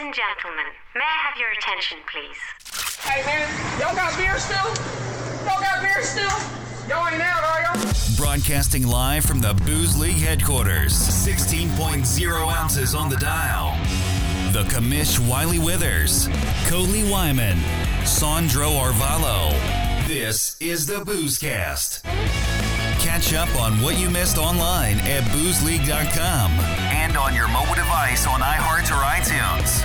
and gentlemen, may I have your attention, please? Hey man, y'all got beer still? Y'all got beer still? Y'all ain't out, are y'all? Broadcasting live from the Booze League headquarters, 16.0 ounces on the dial. The Commish Wiley Withers, Coley Wyman, Sandro Arvalo. This is the Boozecast. Catch up on what you missed online at boozeleague.com and on your mobile device on iHeart or iTunes.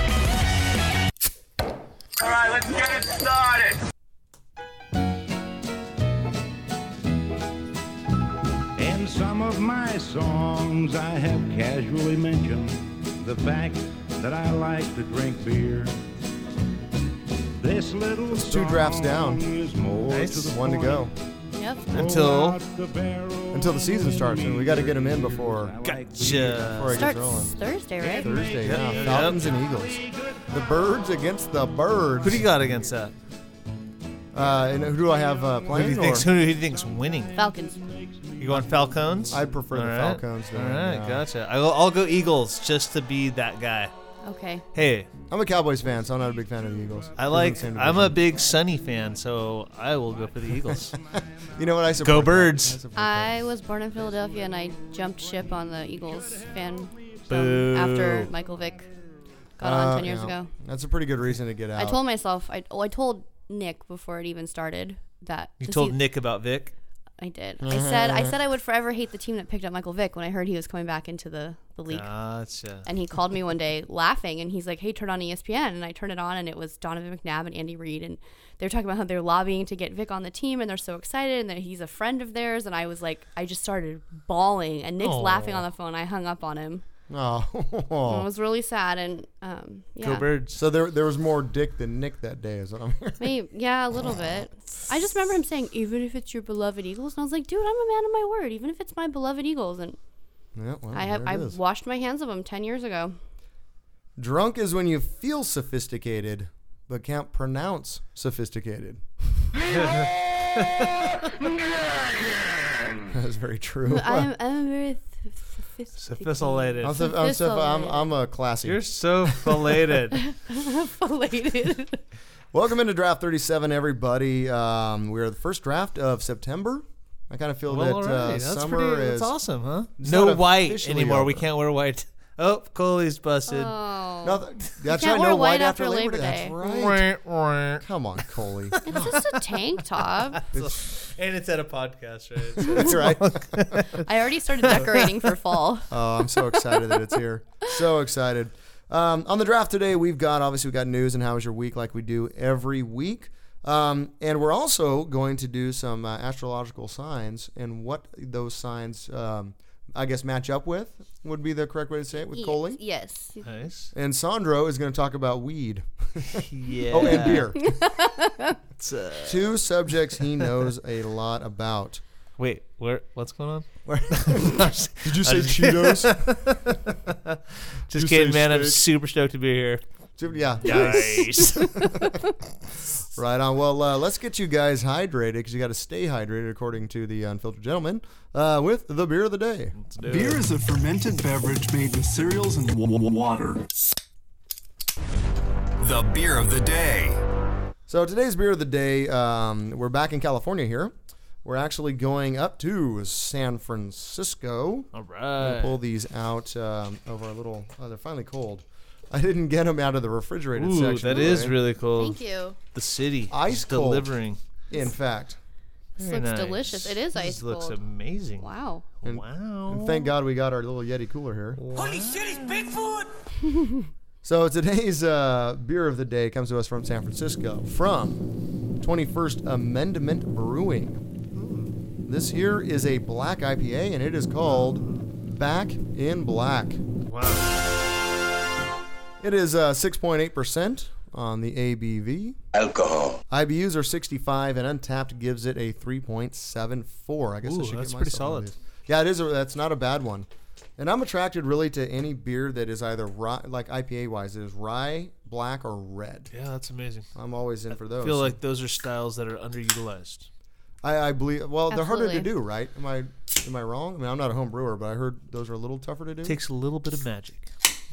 All right, let's get it started. In some of my songs, I have casually mentioned the fact that I like to drink beer. This little it's two drafts down. Is more to the One to go Yep. until until the season starts, and we got to get them in before before Gotcha. it gets Starts rolling. Thursday, right? Thursday, yeah. Falcons and Eagles. The birds against the birds. Who do you got against that? uh, and who do I have uh, Who do playing? you or- think's, who do you think's winning? Falcons. You going Falcons? I prefer the Falcons, All man, right, yeah. gotcha. I'll, I'll go Eagles just to be that guy. Okay. Hey, I'm a Cowboys fan, so I'm not a big fan of the Eagles. I like. I'm a big Sunny fan, so I will go for the Eagles. You know what? I support that. Birds. support that. I was born in Philadelphia and I jumped ship on the Eagles fan Boo. um, after Michael Vick got Uh, on 10 years yeah. ago. That's a pretty good reason to get out. I told myself, I, oh, I told Nick before it even started that. you the told sea- Nick about Vic. I did. I said I said I would forever hate the team that picked up Michael Vick when I heard he was coming back into the, the league. Gotcha. And he called me one day laughing and he's like, Hey, turn on E ESPN. And I turned it on and it was Donovan McNabb and Andy Reid. And they were talking about how they're lobbying to get Vic on the team and they're so excited and that he's a friend of theirs. And I was like, I just started bawling. And Nick's laughing on the phone. I hung up on him. And it Oh. was really sad. And um, yeah. Go Birds. So there, there was more Dick than Nick that day, is what I'm hearing. Maybe, yeah, a little bit. I just remember him saying, even if it's your beloved Eagles. And I was like, dude, I'm a man of my word. Even if it's my beloved Eagles. And Yeah, well, I have there it I is. washed my hands of them 10 years ago. Drunk is when you feel sophisticated, but can't pronounce sophisticated. That's very true. I'm, I'm very sophisticated. Sophisticated. I'm, so- I'm, so- I'm, sophisticated. I'm a classy. You're so filleted. Sophisticated. Welcome into Draft 37, everybody. Um, we're the first draft of September. I kind of feel well, all that right. uh, that's summer pretty. is That's awesome, huh? It's No not white officially anymore. We over. can't wear white. Oh, Coley's busted. Oh, Nothing. That's right. can't wear no white white after, after Labor Day. Labor Day. That's right. Wah, wah. Come on, Coley. It's just a tank top. and it's at a podcast, right? So- That's right. I already started decorating for fall. Oh, I'm so excited that it's here. So excited. Um, on the draft today, we've got obviously we've got news and how was your week, like we do every week. Um, and we're also going to do some uh, astrological signs and what those signs, um, I guess, match up with would be the correct way to say it with Coley. Yes. nice. And Sandro is going to talk about weed. Yeah. Oh, and beer. It's, uh, Two subjects he knows a lot about. wait, where? What's going on? Did you say Cheetos? Just You kidding, say man. I'm steak. super stoked to be here. yeah. Nice. Right on. Well, uh, let's get you guys hydrated because you got to stay hydrated, according to the unfiltered gentleman, uh, with the beer of the day. Beer is a fermented beverage made with cereals and w- w- water. The beer of the day. So today's beer of the day, um, we're back in California here. We're actually going up to San Francisco. All We'll right. Pull these out um, over a little. Oh, they're finally cold. I didn't get them out of the refrigerated Ooh, section. that is today, really cool. Thank you. The city Ice is cold. delivering. In fact, This Very looks nice. delicious. It is This ice looks cold. amazing. Wow. wow. and thank God we got our little Yeti cooler here. Holy shit, he's Bigfoot! So today's uh, beer of the day comes to us from San Francisco, from 21st Amendment Brewing. Hmm. This here is a black IPA, and it is called Back in Black. Wow. It is uh, 6.8% on the ABV. alcohol. IBUs are 65, and Untapped gives it a 3.74. I guess I Ooh, should that's get myself pretty one of solid. these. Yeah, it is. A, that's not a bad one. And I'm attracted really to any beer that is either rye, like IPA wise, it is rye, black, or red. Yeah, that's amazing. I'm always in for those. I feel like those are styles that are underutilized. I, I believe. Well, they're harder to Absolutely. do, right? Am I am I wrong? I mean, I'm not a home brewer, but I heard those are a little tougher to do. Takes a little bit of magic.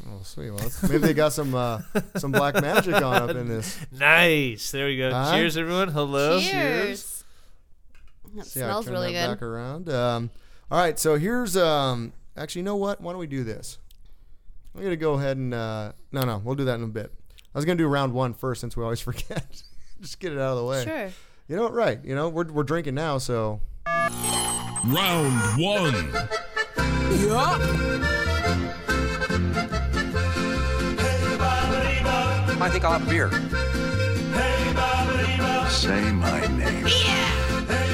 Oh, sweet. Well, let's- maybe they got some uh, some black magic on up in this. Nice. There we go. Huh? Cheers, everyone. Hello. Cheers. That See how I smells turned really that good. Back around. Um, all right. So here's. Um, actually, you know what? Why don't we do this? I'm gonna go ahead and. Uh, no, no. We'll do that in a bit. I was gonna do round one first since we always forget. Just get it out of the way. Sure. You know what? Right. You know we're we're drinking now, so Round one. I think I'll have a beer. Say my name.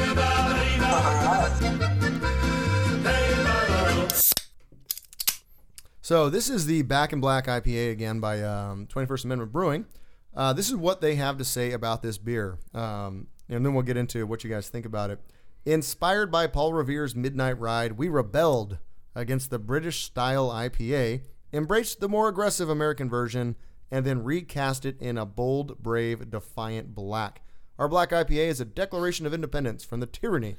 So this is the Back in Black IPA again by um, 21st Amendment Brewing. Uh, this is what they have to say about this beer, um, and then we'll get into what you guys think about it. Inspired by Paul Revere's Midnight Ride, we rebelled against the British style IPA, embraced the more aggressive American version, and then recast it in a bold, brave, defiant black. Our black IPA is a declaration of independence from the tyranny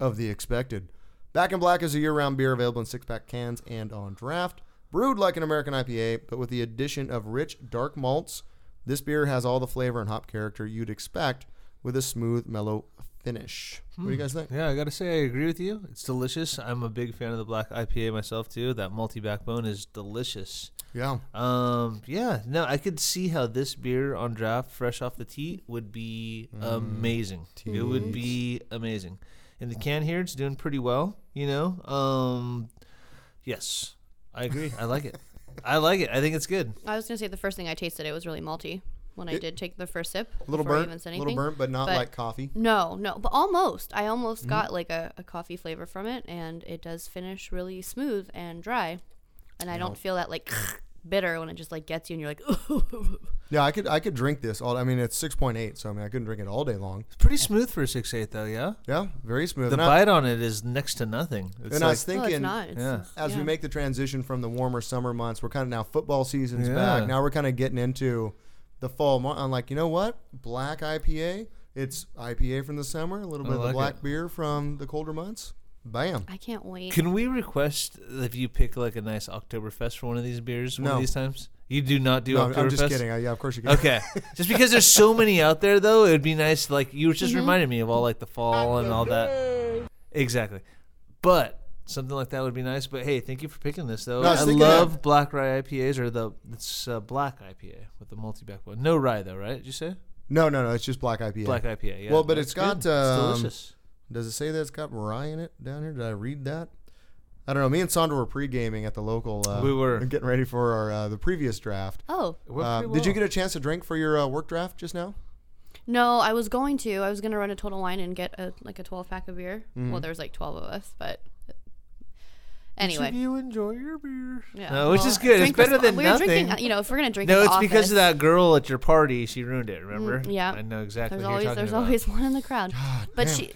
of the expected. Back in Black is a year round beer available in six pack cans and on draft. Brewed like an American IPA, but with the addition of rich, dark malts, this beer has all the flavor and hop character you'd expect with a smooth, mellow finish. What do you guys think? Hmm. Yeah, I gotta say I agree with you. It's delicious. I'm a big fan of the black IPA myself too. That multi backbone is delicious. Yeah. Um, yeah, no, I could see how this beer on draft, fresh off the tee, would be amazing. It would be amazing. In the can here, it's doing pretty well. You know, um, yes, I agree. I like it. I like it. I think it's good. I was gonna say the first thing I tasted it was really malty when I did take the first sip. A little before I burnt. even said A little anything. burnt, but not like Mm-hmm. coffee. No, no, but almost. I almost got like a, a coffee flavor from it, and it does finish really smooth and dry, and I don't feel that like bitter when it just like gets you and you're like, Yeah, I could I could drink this all I mean it's six point eight, so I mean I couldn't drink it all day long. It's pretty smooth for a six eight though. Yeah, Yeah, very smooth. the and I, bite on it is next to nothing. It's and I was no, like, Oh, it's thinking not. It's, yeah. it's- as we yeah. make the transition from the warmer summer months, we're kind of now football season's Yeah. back. Now we're kind of getting into the fall. Mo- I'm like, you know what? Black IPA. It's IPA from the summer, a little bit of like the black it. beer from the colder months. Bam. I can't wait. Can we request if you pick like a nice Oktoberfest for one of these beers one No. of these times? You do not do No, Oktoberfest. I'm just kidding. I, yeah, of course you can. Okay, just because there's so many out there though, it would be nice. Like you just Mm-hmm. reminded me of all like the fall and all that. Exactly, but something like that would be nice. But hey, thank you for picking this though. No, I was I thinking that- love black rye IPAs or the it's uh, black IPA with the multi back one. No rye though, right? Did you say No, no, no. It's just black IPA. black IPA? Yeah. Well, but it's got, that's good. um, it's delicious. Does it say that it's got rye in it down here? Did I read that? I don't know. Me and Sandra were pre gaming at the local. Uh, We were. getting ready for our uh, the previous draft. Oh Uh, did you get a chance to drink for your uh, work draft just now? no, I was going to. I was gonna run a total wine and get a like a twelve pack of beer. Mm-hmm. Well, there's like twelve of us, but Did anyway, you enjoy your beer? yeah. No, which well, is good. It's drink better resp- than we nothing. Were drinking, you know, if we're gonna drink, No, in it's the because of office, that girl at your party. She ruined it. Remember? Mm, yeah. I know exactly. There's who you're always talking there's about. always one in the crowd. but damn. she,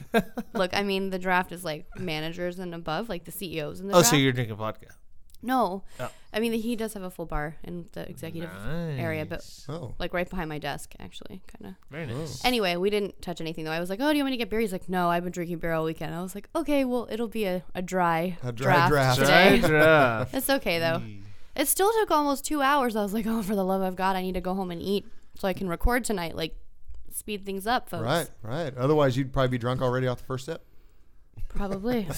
look, I mean, the draft is like managers and above, like the CEOs in the Oh, draft. so you're Oh. drinking vodka. no, I mean he does have a full bar in the executive area, but Oh. like right behind my desk, actually, kind of. Very nice. Anyway, we didn't touch anything though. I was like, "Oh, do you want me to get beer?" He's like, "No, I've been drinking beer all weekend." I was like, "Okay, well, it'll be a, a dry A dry draft. Mm. today. Dry draft. It's okay though. It still took almost two hours. I was like, "Oh, for the love of God, I need to go home and eat so I can record tonight." Like, speed things up, folks. Right, right. Otherwise, you'd probably be drunk already off the first sip. Probably.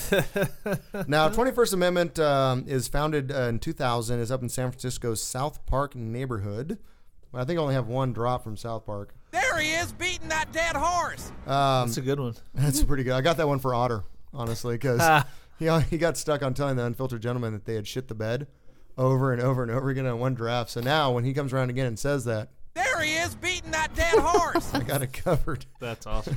Now, 21st Amendment um, is founded uh, in 2000, is up in San Francisco's South Park neighborhood. I think I only have one drop from South Park. There he is, beating that dead horse. That's a good one. That's pretty good. I got that one for Otter, honestly, because he, uh, he got stuck on telling the unfiltered gentleman that they had shit the bed over and over and over again on one draft. So now when he comes around again and says that, There he is, beating that dead horse. I got it covered. That's awesome.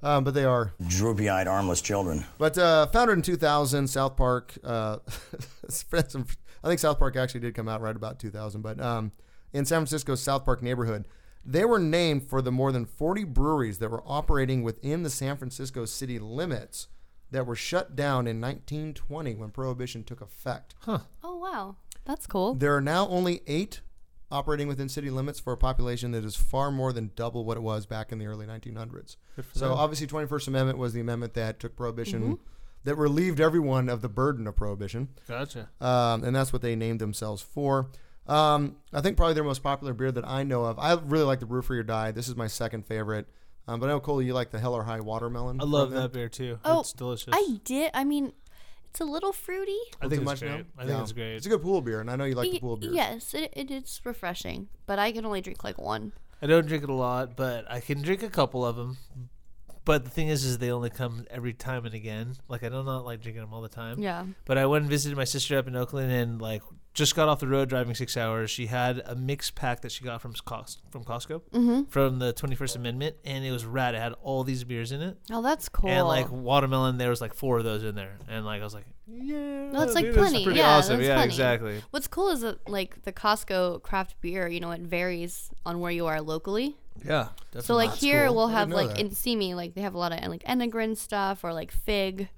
Um, but they are droopy eyed, armless children. But uh, founded in 2000, South Park. Uh, it's been some- I think South Park actually did come out right about 2000, but um, in San Francisco's South Park neighborhood, they were named for the more than 40 breweries that were operating within the San Francisco city limits that were shut down in 1920 when Prohibition took effect. oh wow, that's cool. There are now only eight operating within city limits for a population that is far more than double what it was back in the early 1900s. So obviously, 21st Amendment was the amendment that took prohibition that relieved everyone of the burden of prohibition. Gotcha. um, and that's what they named themselves for. Um, I think probably their most popular beer that I know of. I really like the Brew for Your Die. This is my second favorite. Um, but I know Cole, you like the Hell or High Watermelon. I love that beer too. Oh, it's delicious. I did. I mean, it's a little fruity. I Too think much it's great. now? I think Yeah. it's great. It's a good pool beer, and I know you like the pool beer. Yes, it, it is refreshing, but I can only drink like one. I don't drink it a lot, but I can drink a couple of them. But the thing is, is they only come every time and again. Like I don't not like drinking them all the time. Yeah. But I went and visited my sister up in Oakland, and like just got off the road driving six hours. She had a mixed pack that she got from Cos- from Costco Mm-hmm. from the Twenty First Amendment, and it was rad. It had all these beers in it, Oh, that's cool. and like watermelon. There was like four of those in there, and like I was like, yeah, that's like dude, plenty. pretty yeah, awesome. that's yeah, plenty. exactly. What's cool is that like the Costco craft beer, you know, it varies on where you are locally. Yeah, definitely. So like here cool. we'll I didn't have know like that. in Simi, like they have a lot of like Enegrin stuff or like fig.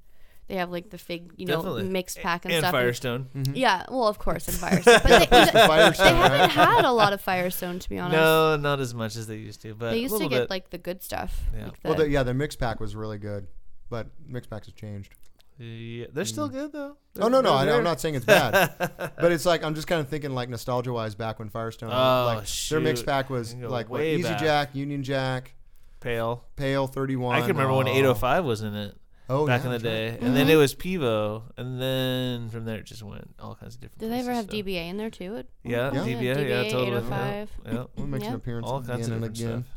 They have like the fig, you know, Definitely. mixed pack and, and stuff. Firestone. hmm. Yeah, well, of course, and Firestone. But they, they Firestone, haven't had a lot of Firestone, to be honest. No, not as much as they used to, but they a used to little get bit. like the good stuff. Yeah. Like the, Well, the, yeah, the mix pack was really good, but mix packs has changed. Yeah, they're still good though. Oh no, no, I, I'm not saying it's bad, but it's like I'm just kind of thinking like nostalgia-wise back when Firestone, Oh, like their mix shoot. pack was You can go like what, way Easy back. Jack, Union Jack, pale. Pale 31. I can remember when Oh. 805 was in it Oh, back yeah, in the that's right. day, and Mm-hmm. then it was Pivo, and then from there it just went all kinds of different. did they ever places, have so- DBA in there too? At one Yeah, point? DBA, yeah, DBA, totally. 805. Yeah, yeah. We'll oh, make an Yeah. appearance all again kinds of and different again. stuff.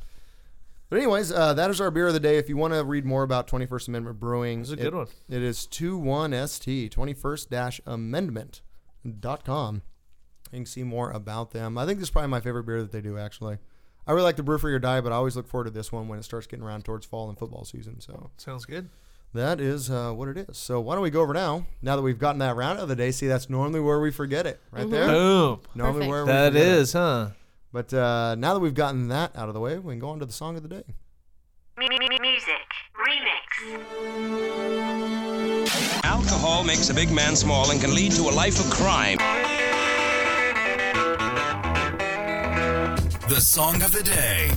But anyways, uh, that is our beer of the day. If you want to read more about 21st Amendment Brewing, It's a good it- one. It is 21st, 21st-amendment.com. You can see more about them. I think this is probably my favorite beer that they do, actually. I really like the Brew for Your Die, but I always look forward to this one when it starts getting around towards fall and football season. So Sounds good. that is uh, what it is. So why don't we go over now? Now that we've gotten that round of the day, see that's normally where we forget it, right there. Boom. Normally Perfect. where we That forget it. is, huh? But uh, now that we've gotten that out of the way, we can go on to the song of the day. M- m- music. Remix. Alcohol makes a big man small and can lead to a life of crime. The song of the day.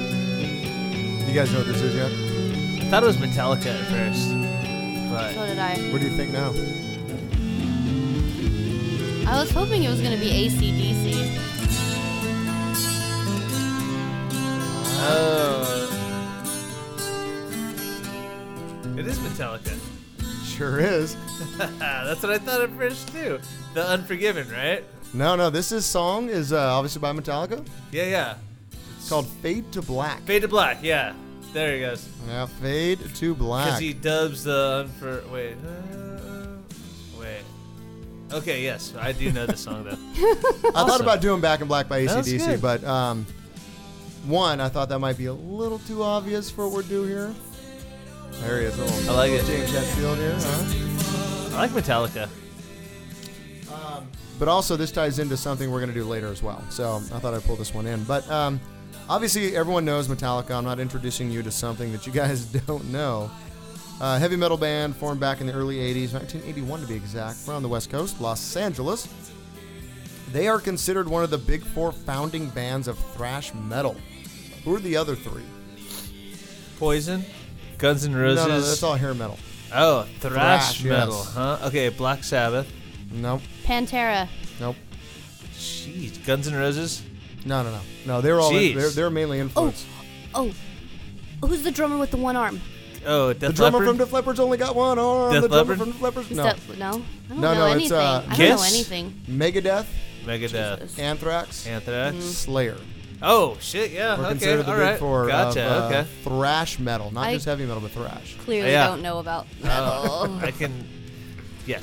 You guys know what this is yet? Thought it was Metallica at first, So but did I. What do you think now? I was hoping it was going to be ACDC. oh, it is Metallica. Sure is. Ah, that's what I thought at first too. The Unforgiven, right? No, no, this is song is uh, obviously by Metallica. Yeah, yeah. It's called Fade to Black. Fade to Black. Yeah, there he goes. Yeah, Fade to Because Black. he dubs the unfor. Wait, uh, wait. Okay, yes, I do know this song though. I thought about doing Back in Black by That was ACDC, good. but um, one, I thought that might be a little too obvious for what we're doing here. There he is. I Little like it. James Hetfield here, huh? I like Metallica. But also, this ties into something we're going to do later as well. So I thought I'd pull this one in. But um, obviously, everyone knows Metallica. I'm not introducing you to something that you guys don't know. Uh, heavy metal band formed back in the early 80s, 1981 to be exact. We're on the West Coast, Los Angeles. They are considered one of the big four founding bands of thrash metal. Who are the other three? Poison, Guns N' No, Roses. no, that's all hair metal. Oh, thrash, Thrash, metal, yes. huh? Okay, Black Sabbath. Nope, Pantera. nope. Jeez, Guns N' Roses. No, no, no. No, they're all, Jeez. they're, they're mainly influenced. Oh, who's the drummer with the one arm? Oh, Death the drummer Leppard. from Def Leppard's only got one arm. Def the drummer Leppard? from Def Leppard's Is no. that- no? I don't No, know no, it's, anything. uh, I don't know Kiss? anything. Megadeth, Megadeth, Anthrax, Anthrax, Slayer. Oh shit! Yeah. We're okay. considered the All big right. four gotcha. of uh, okay. thrash metal, not I- just heavy metal, but thrash. Clearly Yeah. Oh. don't know about metal. I can. Yes.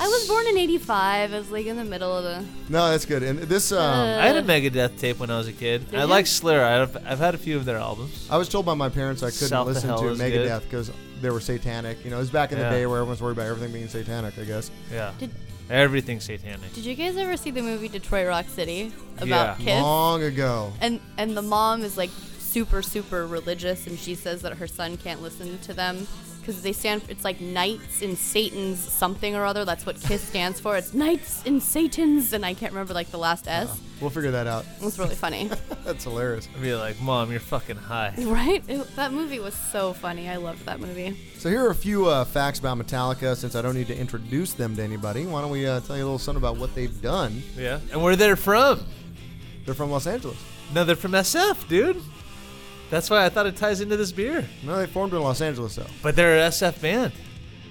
I was born in '85. I was like in the middle of the. No, that's good. And this, um, Uh, I had a Megadeth tape when I was a kid. I you? like Slayer. I've, I've had a few of their albums. I was told by my parents I couldn't South of listen to Hell is good. Megadeth because they were satanic. You know, it was back in Yeah. the day where everyone's worried about everything being satanic. I guess. Yeah. Did- Everything satanic. Did you guys ever see the movie Detroit Rock City Yeah. about kids? Long ago. and and the mom is like super super religious and she says that her son can't listen to them because they stand it's like knights in satan's something or other that's what kiss stands for it's knights in satan's and i can't remember like the last s We'll figure that out. it was really funny That's hilarious. I'd be like, Mom, you're fucking high. right It- that movie was so funny i loved that movie So here are a few uh, facts about Metallica. Since I don't need to introduce them to anybody, why don't we uh, tell you a little something about what they've done? Yeah. And where they're from? They're from Los Angeles. No, they're from SF, dude. That's why I thought it ties into this beer. No, they formed in Los Angeles though. But they're an SF band.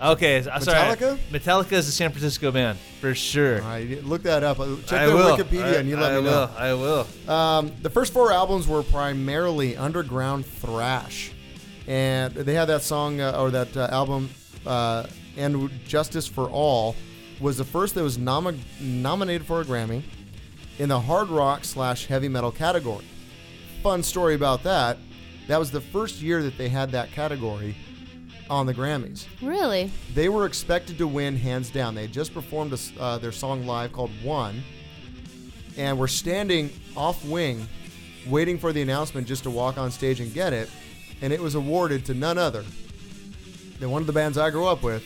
Okay, I'm sorry. Metallica? Metallica is a San Francisco band for sure. All right, you look that up. Uh, Check I their will. Wikipedia I- and you let I me will. I will. know. Um, the first four albums were primarily underground thrash, and they had that song uh, or that uh, album, uh, "And Justice for All," was the first that was nomi- nominated for a Grammy in the hard rock slash heavy metal category. Fun story about that. That was the first year that they had that category on the Grammys. really They were expected to win hands down. They had just performed a s uh, their song live called One, and were standing off wing, waiting for the announcement just to walk on stage and get it. And it was awarded to none other than one of the bands I grew up with,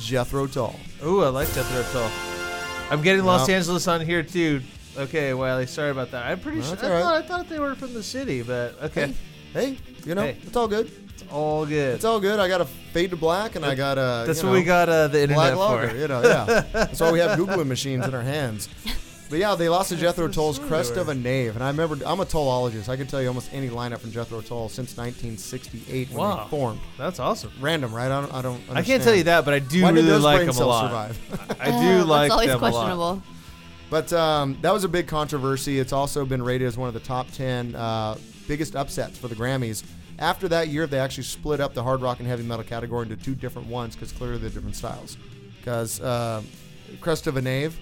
Jethro Tull. Ooh, I like Jethro Tull. I'm getting Los No. Angeles on here too. Okay, Wiley, sorry about that. I'm pretty No, sure. that's I, all thought, right. I thought they were from the city, but okay, Hey, you know, Hey. it's all good. it's all good. It's all good. I got a fade to black, and I got a. That's you what know, we got uh, the Black internet lager, for. you know, yeah. That's why we have googling machines in our hands. But yeah, they lost to Jethro Tull's "Crest of a Knave," and I remember I'm a Tullologist. I can tell you almost any lineup from Jethro Tull since 1968 when Wow. they formed. That's awesome. Random, right? I don't. I, don't understand. I can't tell you that, but I do Why did really those like brain them a cells lot. survive? I do like that's always them a lot. questionable But um, that was a big controversy. It's also been rated as one of the top 10 uh, biggest upsets for the Grammys. After that year, they actually split up the hard rock and heavy metal category into two different ones because clearly they're different styles. Because uh, Crest of a Knave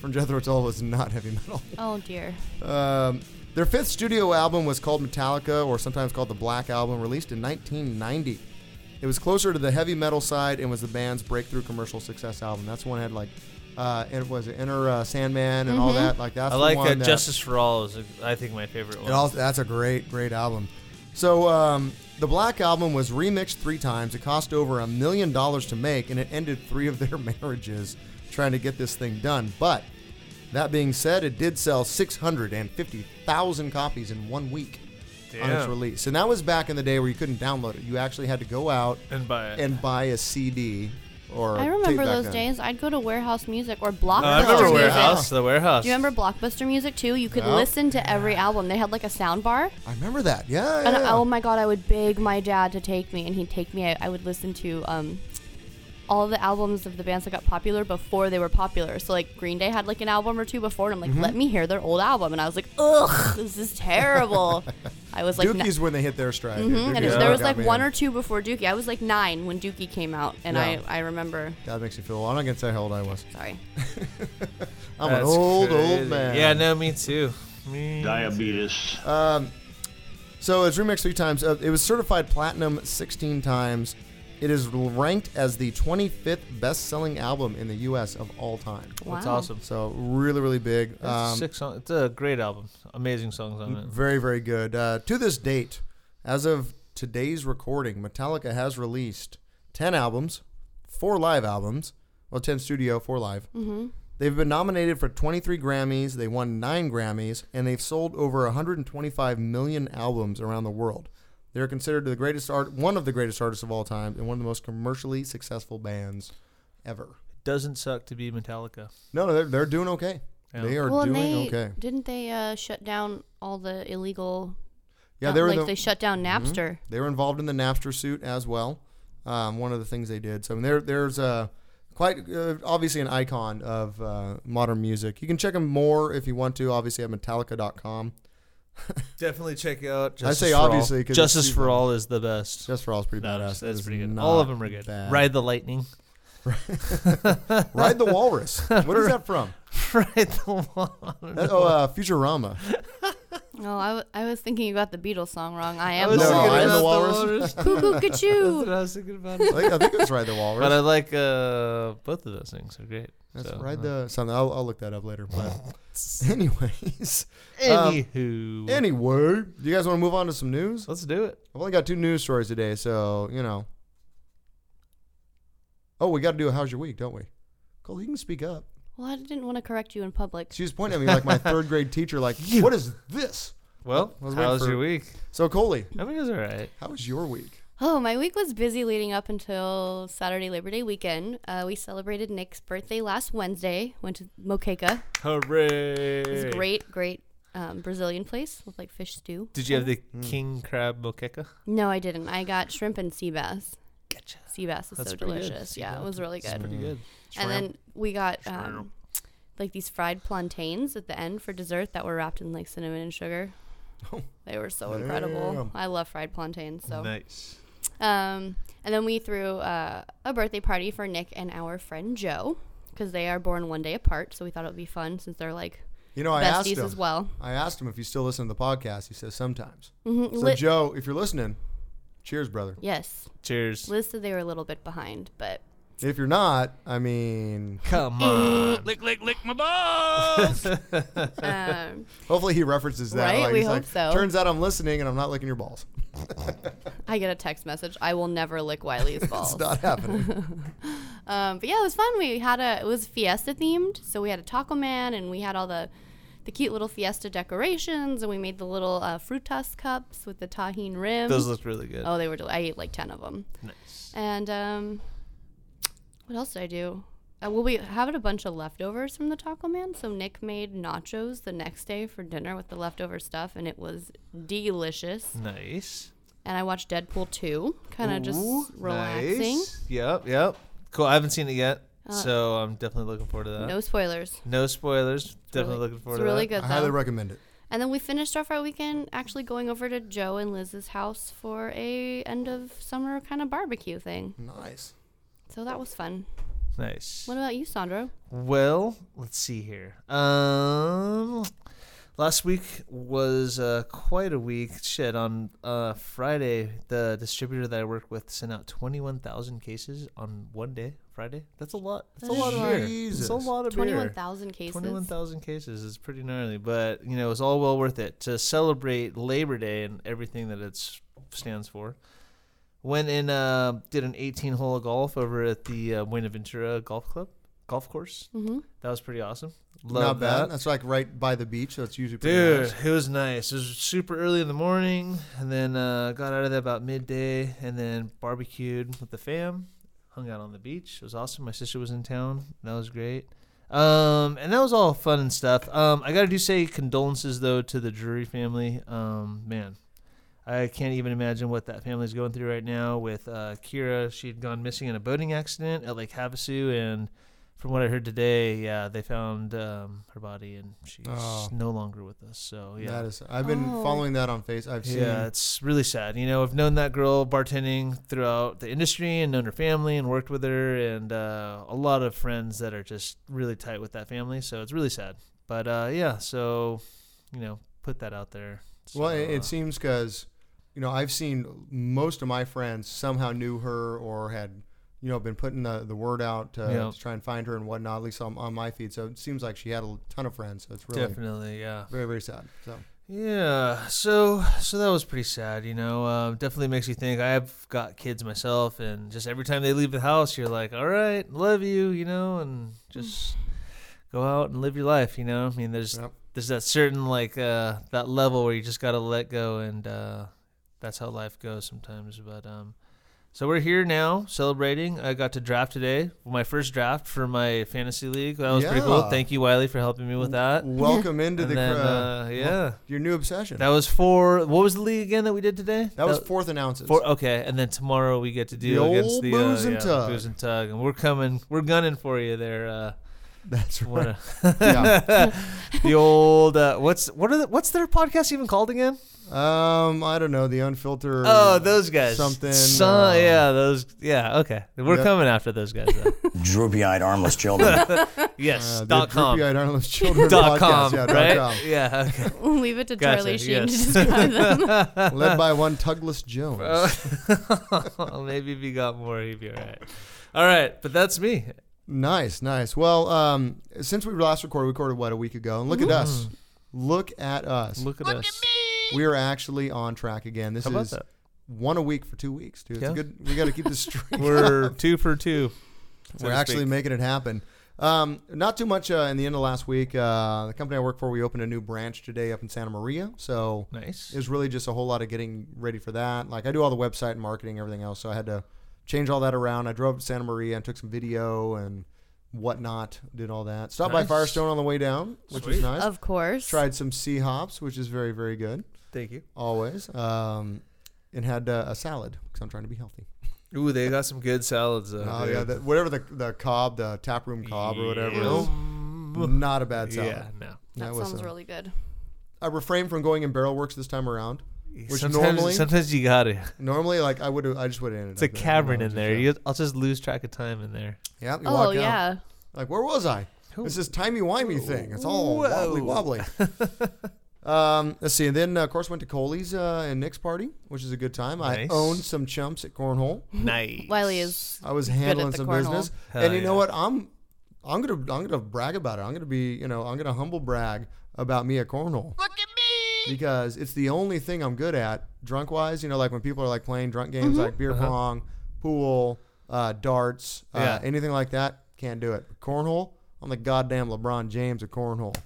from Jethro Tull was not heavy metal. oh dear Um, their fifth studio album was called Metallica, or sometimes called the Black Album, released in 1990. It was closer to the heavy metal side and was the band's breakthrough commercial success album. That's the one that had like, uh, and it was it Inner uh, Sandman and all that. Like that's Mm-hmm. I the like one that Justice for All is, I think, my favorite one. it also, that's a great, great album. So um, the Black Album was remixed three times. It cost over a million dollars to make, and it ended three of their marriages trying to get this thing done. But that being said, it did sell 650,000 copies in one week on its Damn. release, and that was back in the day where you couldn't download it. You actually had to go out and by it. and buy a CD or. i tape remember back those then. days i'd go to warehouse music or Uh, I blockbuster remember music Warehouse, the Warehouse. Do you remember Blockbuster music too? You could Yeah. listen to every album. They had like a sound bar. I remember that. Yeah. And yeah. oh my god, I would beg my dad to take me, and he'd take me. I, I would listen to um, all the albums of the bands that got popular before they were popular. So like Green Day had like an album or two before, and I'm like, Mm-hmm. let me hear their old album, and I was like, ugh, this is terrible. I was like, Dookie's when they hit their stride. dude. "Mm," and Dookie's it- what there was got like me one in. or two before Dookie. I was like nine when Dookie came out, and Yeah. I I remember. God makes you feel. old. I'm not gonna say how old I was. Sorry. I'm That's an old, crazy. old man. Yeah, no, me too. Me. Diabetes. So it's remixed three times. Uh, it was certified platinum 16 times. It is ranked as the 25th best-selling album in the U.S. of all time. Wow. That's awesome. So really, really big. It's, Um, six song, it's a great album. Amazing songs on it. very, very good. Uh, to this date, as of today's recording, Metallica has released 10 albums, four live albums, well, 10 studio, four live. Mm-hmm. They've been nominated for 23 Grammys. They won nine Grammys, and they've sold over 125 million albums around the world. They're considered the greatest art, one of the greatest artists of all time, and one of the most commercially successful bands ever. Doesn't suck to be Metallica. No, no, they're, they're doing okay. Yeah. They are Well, and doing they okay. didn't they uh, shut down all the illegal. Yeah, not- they were like the, Mm-hmm. they shut down Napster. They were involved in the Napster suit as well. Um, one of the things they did. So I mean, there, there's a quite uh, obviously an icon of uh, modern music. You can check them more if you want to. Obviously at Metallica.com. Definitely check out. Justice I say for obviously All. 'cause Justice it's- for All is the best. Just for All's pretty No, badass. that's, that's It's pretty good. not All of them are good. bad. Ride the lightning. Ride the Walrus. What is that from? Ride the wall. That- oh, uh, Futurama. No, Oh, I, w- I was thinking about the Beatles song wrong. I am. I was No, thinking Ride the about the Walrus. walrus. Cuckoo, That's what cuckoo. I was thinking about. I think, I think it was Ride the Walrus. But I like uh, both of those things. Are great. That's so, Ride uh, the something. I'll, I'll look that up later. But anyways, um, Anywho, anyway, do you guys want to move on to some news? let's do it. I've only got two news stories today, so you know. Oh, we got to do a how's your week, don't we? Cole, you can speak up. Well, I didn't want to correct you in public. She was pointing at me like my third grade teacher, like, what is this? Well, I was waiting how's for- your week? So, Coley, I mean, it was all right. how was your week? Oh, my week was busy leading up until Saturday Labor Day weekend. Uh, we celebrated Nick's birthday last Wednesday. Went to Moqueca. Hooray! It's a great, great um, Brazilian place with like fish stew. Did you have the king crab moqueca? No, I didn't. I got shrimp and sea bass. Gotcha. Sea bass is That's so pretty good. delicious. Sea Yeah, bass it was really good. Pretty good. And then we got um, like these fried plantains at the end for dessert that were wrapped in like cinnamon and sugar. They were so incredible. Damn. I love fried plantains. So, Oh. Nice. um, and then we threw uh, a birthday party for Nick and our friend Joe because they are born one day apart. So we thought it would be fun since they're like You know, I asked besties him. as well. I asked him if you still listen to the podcast. He says sometimes. So, Mm-hmm. Lit- Joe, if you're listening, cheers, brother. Yes, Cheers. Liz said they were a little bit behind, but If you're not, I mean, Come on. Lick, lick, lick my balls. um, hopefully he references that. Right? Like, We he's hope like, so. Turns out I'm listening and I'm not licking your balls. I get a text message. I will never lick Wiley's balls. It's not happening. Um, but yeah, it was fun. We had a it was fiesta themed, so we had a taco man, and we had all the the cute little fiesta decorations, and we made the little uh, frutas cups with the tahine rim. Those looked really good. oh, they were. Del- I ate like ten of them. Nice. And um, what else did I do? Uh, well, we had a bunch of leftovers from the taco man, so Nick made nachos the next day for dinner with the leftover stuff, and it was delicious. Nice. And I watched Deadpool two, kind of just relaxing. Uh, Nice. Yep. Yep. Cool. I haven't seen it yet, so I'm definitely looking forward to that. No spoilers. No spoilers. Definitely Really- looking forward it's to really that. good. I Though. highly recommend it. And then we finished off our weekend actually going over to Joe and Liz's house for a end of summer kind of barbecue thing. Nice. So that was fun. Nice. What about you, Sandro? Well, let's see here. Um, last week was uh, quite a week. Shit, on uh, Friday, the distributor that I work with sent out twenty one thousand cases on one day. Friday. That's a lot. That's a lot of beer. That's Jesus. a lot of beer. 21,000 cases. Twenty-one thousand cases is pretty gnarly, but you know it's all well worth it to celebrate Labor Day and everything that it stands for. Went and uh, did an eighteen-hole of golf over at the uh, Buenaventura Golf Club golf course. Mm-hmm. That was pretty awesome. not Love bad. that. That's like right by the beach, so it's usually pretty Dude, nice. it was nice. It was super early in the morning, and then uh, got out of there about midday, and then barbecued with the fam. Hung out on the beach. It was awesome. My sister was in town. That was great. Um, and that was all fun and stuff. Um, I gotta do say condolences though to the Drury family. Um, man, I can't even imagine what that family's going through right now. With uh, Kira, she had gone missing in a boating accident at Lake Havasu, and from what I heard today, yeah, they found um, her body, and she's Oh. no longer with us. So yeah, That is. I've been Oh. following that on Face. I've seen. yeah, it's really sad. You know, I've known that girl bartending throughout the industry and known her family and worked with her and uh, a lot of friends that are just really tight with that family. So it's really sad. But uh, yeah, so, you know, put that out there. Well, So, it, uh, it seems because you know I've seen most of my friends somehow knew her or had you know been putting the, the word out to, Yeah. to try and find her and whatnot. At least on, on my feed, so it seems like she had a ton of friends. So it's really Definitely, Uh, yeah. very very sad. So Yeah, so so that was pretty sad, you know. Um, definitely makes you think. I've got kids myself, and just every time they leave the house, you're like, "All right, love you," you know, and just go out and live your life, you know. I mean, there's Yep. there's that certain like uh, that level where you just gotta let go, and uh, that's how life goes sometimes. But um, so we're here now celebrating. I got to draft today, my first draft for my fantasy league. That was pretty cool. Yeah. Thank you, Wiley, for helping me with that. welcome into And the then, cra- uh, yeah. your new obsession. That was for what was the league again that we did today? That was fourth and ounces. four. Okay, and then tomorrow we get to do The against old the Booze uh, and yeah, Tug. booze and tug, and we're coming, we're gunning for you there, uh, That's right. What a, Yeah. the old uh, what's what are the, what's their podcast even called again? Um, I don't know the unfiltered. Oh, those guys. Uh, Something. So- uh, Uh, yeah, those. Yeah, okay. We're Yep. coming after those guys. Though. Droopy eyed, armless children. yes. Uh, the dot com. droopy-eyed Arnold's Children Dot podcast. com. Yeah, dot right. com. Yeah. Okay. Leave it to Gotcha, Charlie Sheen to yes. describe them. led by one Douglas Jones. Uh. well, maybe if you got more, he'd be all right. All right, but that's me. Nice, nice. Well, um, since we last recorded, we recorded what a week ago, and look at us. Look at us. Mm. Look at us. We are actually on track again. This How about is that? one a week for two weeks, dude. It's a Yeah. good. We got to keep this straight. We're two for two. so We're to actually speak. making it happen. Um, not too much uh, in the end of last week. Uh, the company I work for, we opened a new branch today up in Santa Maria. So Nice. It's really just a whole lot of getting ready for that. Like I do all the website and marketing, everything else. So I had to change all that around. I drove to Santa Maria and took some video and whatnot. Did all that. Stopped by Nice. Firestone on the way down, which was Sweet. nice. Of course. Tried some sea hops, which is very very good Thank you. always. Um, and had uh, a salad because I'm trying to be healthy. Ooh, they got some good salads. Though, Oh dude. yeah, the, whatever the the cob, the taproom cob or whatever. it is. Yum. Not a bad salad. Yeah, no. That that was sounds a- really good. I refrained from going in barrel works this time around. Which sometimes, normally, sometimes you got it. normally, like I would, I just would have ended It's a up there. cavern in Yeah. there. You, I'll just lose track of time in there. Yeah, you walk Oh out. yeah. Like, where was I? It's this timey wimey thing. It's all wobbly Whoa. wobbly. um, let's see. And then, uh, of course, went to Coley's uh, and Nick's party, which is a good time. Nice. I owned some chumps at Cornhole. Nice. Wiley is I was at handling the some cornhole. business. Hell and you know yeah. what? I'm I'm gonna I'm gonna brag about it. I'm gonna be you know I'm gonna humble brag about me at cornhole. Look at me. Because it's the only thing I'm good at drunk wise. You know, like when people are like playing drunk games Mm-hmm. like beer pong, pool, uh, darts, uh, Uh-huh. Yeah. anything like that. Can't do it. Cornhole. I'm the goddamn LeBron James of cornhole.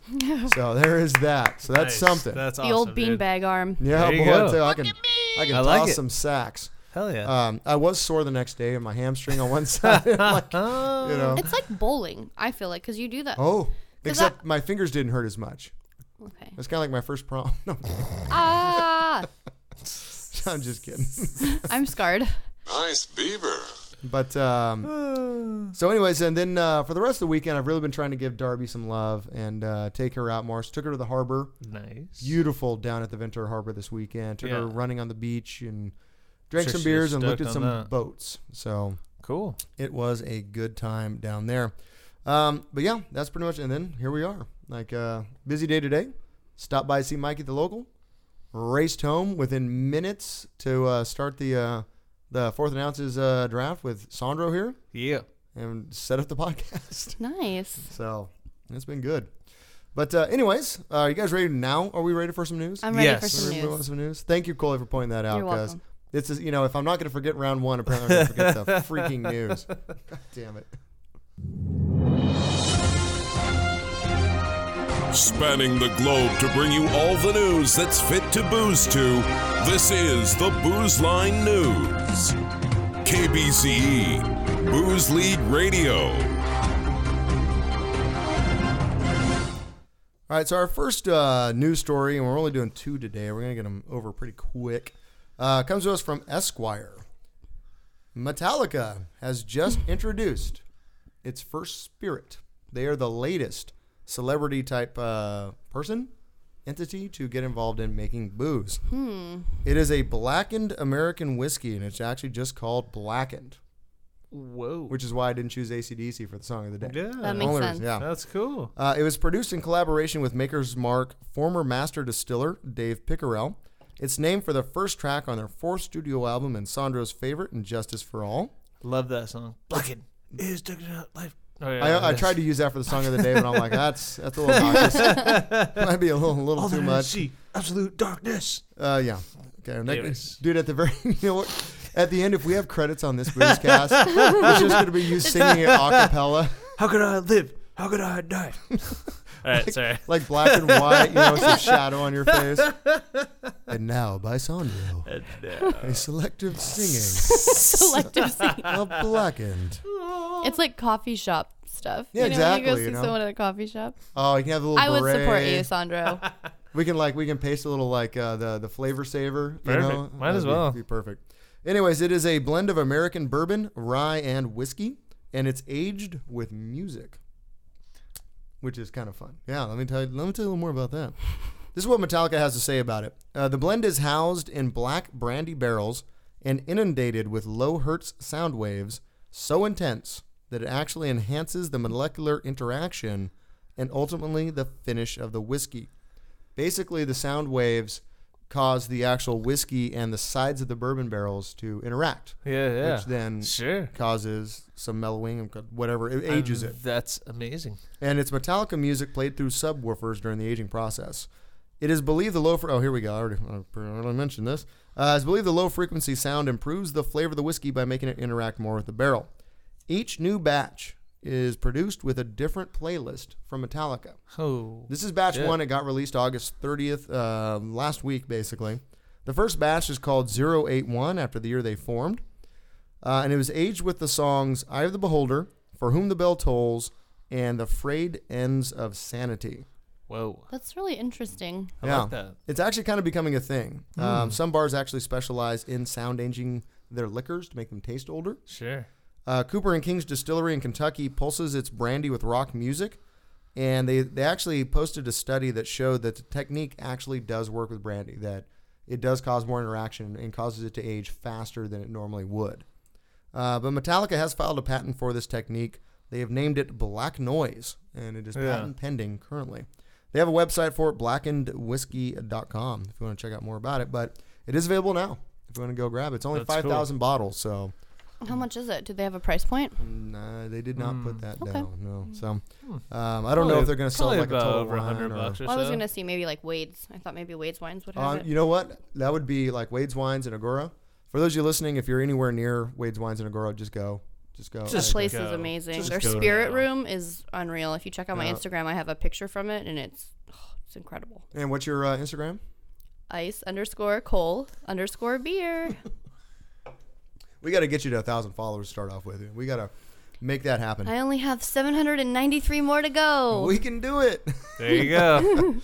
so there is that. So that's Nice. something. That's the awesome. old dude. beanbag arm. yeah, There you boy, I go. tell you, I can I can I like toss it. some sacks. Hell yeah. Um, I was sore the next day, and my hamstring on one side. like, you know. It's like bowling. I feel like because you do that. Oh, except that- my fingers didn't hurt as much. Okay. That's kind of like my first prom. No, Ah, I'm just kidding. I'm scarred. But um, so, anyways, and then uh, for the rest of the weekend, I've really been trying to give Darby some love and uh, take her out more. So took her to the harbor. nice. Beautiful down at the Ventura Harbor this weekend. Took her Yeah. running on the beach and drank Sure some she was beers and looked stoked at on some that. boats. So Cool. it was a good time down there. Um, but yeah, that's pretty much. And then here we are. Like uh, busy day today. Stopped by to see Mike at the local. Raced home within minutes to uh, start the uh, the fourth and ounces uh, draft with Sandro here Yeah. and set up the podcast. Nice. so it's been good. But uh, anyways, uh, are you guys ready now? Are we ready for some news? I'm ready for Yes. some We're gonna move on to news. some news. Thank you, Coley, for pointing that out. You're 'cause welcome. This is, you know, if I'm not going to forget round one, apparently I'm going to forget the freaking news. God damn it. Spanning the globe to bring you all the news that's fit to booze to, this is the Booze Line News. KBCE, E, Booze League Radio. All right, so our first uh, news story, and we're only doing two today. We're going to get them over pretty quick. Uh, comes to us from Esquire. Metallica has just introduced its first spirit. They are the latest celebrity type uh, person entity to get involved in making booze. It is a blackened American whiskey, and it's actually just called Blackened, Whoa. which is why I didn't choose ACDC for the song of the day. yeah. That makes Only sense. reason- yeah. That's cool. Uh, it was produced in collaboration with Maker's Mark former master distiller Dave Pickerel. It's named for the first track on their fourth studio album and Sandro's favorite, "Injustice for All." Love that song. Blackened is taking out life. Oh, yeah, I, I yes. tried to use that for the song of the day, but I'm like, that's that's a little obnoxious. Might be a little, a little All too that I much. see, absolute darkness. Uh, yeah. Okay. Anyways. Next, dude, at the very, you know what? At the end, if we have credits on this boozcast, it's just going to be you singing it a cappella, How could I live? How could I die? All right, sorry. like black and white, you know, with some shadow on your face. And now by Sandro. A selective singing Selective singing. of blackened. It's like coffee shop stuff. Yeah, you know, When exactly, you you go see know. someone at a coffee shop, Oh, you can have a little. I would support beret. you, Sandro. We can like we can paste a little like uh, the the flavor saver. You Perfect. know? Might as That'd be- well. be perfect. Anyways, it is a blend of American bourbon, rye, and whiskey, and it's aged with music. which is kind of fun. Yeah, let me tell you. Let me tell you a little more about that. This is what Metallica has to say about it. Uh, the blend is housed in black brandy barrels and inundated with low hertz sound waves so intense that it actually enhances the molecular interaction and ultimately the finish of the whiskey. Basically, the sound waves cause the actual whiskey and the sides of the bourbon barrels to interact. Yeah, yeah. Which then Sure. causes some mellowing and whatever it ages it. That's amazing. And it's Metallica music played through subwoofers during the aging process. It is believed the low. Fre- oh, here we go. I already, I already mentioned this. Uh, it's believed the low frequency sound improves the flavor of the whiskey by making it interact more with the barrel. Each new batch is produced with a different playlist from Metallica. Oh, This is batch Yeah. one. It got released August 30th, uh, last week, basically. The first batch is called 081 after the year they formed. Uh, and it was aged with the songs Eye of the Beholder, For Whom the Bell Tolls, and The Frayed Ends of Sanity. whoa. That's really interesting. I like that. Hmm. It's actually kind of becoming a thing. Um, some bars actually specialize in sound aging their liquors to make them taste older. Sure. Uh, Cooper and King's distillery in Kentucky pulses its brandy with rock music, and they they actually posted a study that showed that the technique actually does work with brandy. That it does cause more interaction and causes it to age faster than it normally would. Uh, but Metallica has filed a patent for this technique. They have named it Black Noise, and it is Yeah. patent pending currently. They have a website for it, blackedwhiskey.com, if you want to check out more about it. But it is available now if you want to go grab it. It's only That's cool. 5,000 bottles, so. How much is it? Do they have a price point? Nah, they did not Hmm. put that Okay. down. No, so um, I don't know if they're going to sell Probably like a about total over a hundred wine or- bucks or Well, I was so. gonna see maybe like Wade's. I thought maybe Wade's wines would have Uh, it. you know what? That would be like Wade's Wines and Agora. For those of you listening, if you're anywhere near Wade's Wines and Agora, just go, just go. This Just I- place go. is amazing. Just Their go spirit now. room is unreal. If you check out my Yeah. Instagram, I have a picture from it, and it's oh, it's incredible. and what's your uh, Instagram? Ice underscore Cole underscore beer. We got to get you to a thousand followers to start off with. We got to make that happen. I only have 793 more to go. we can do it. There you go.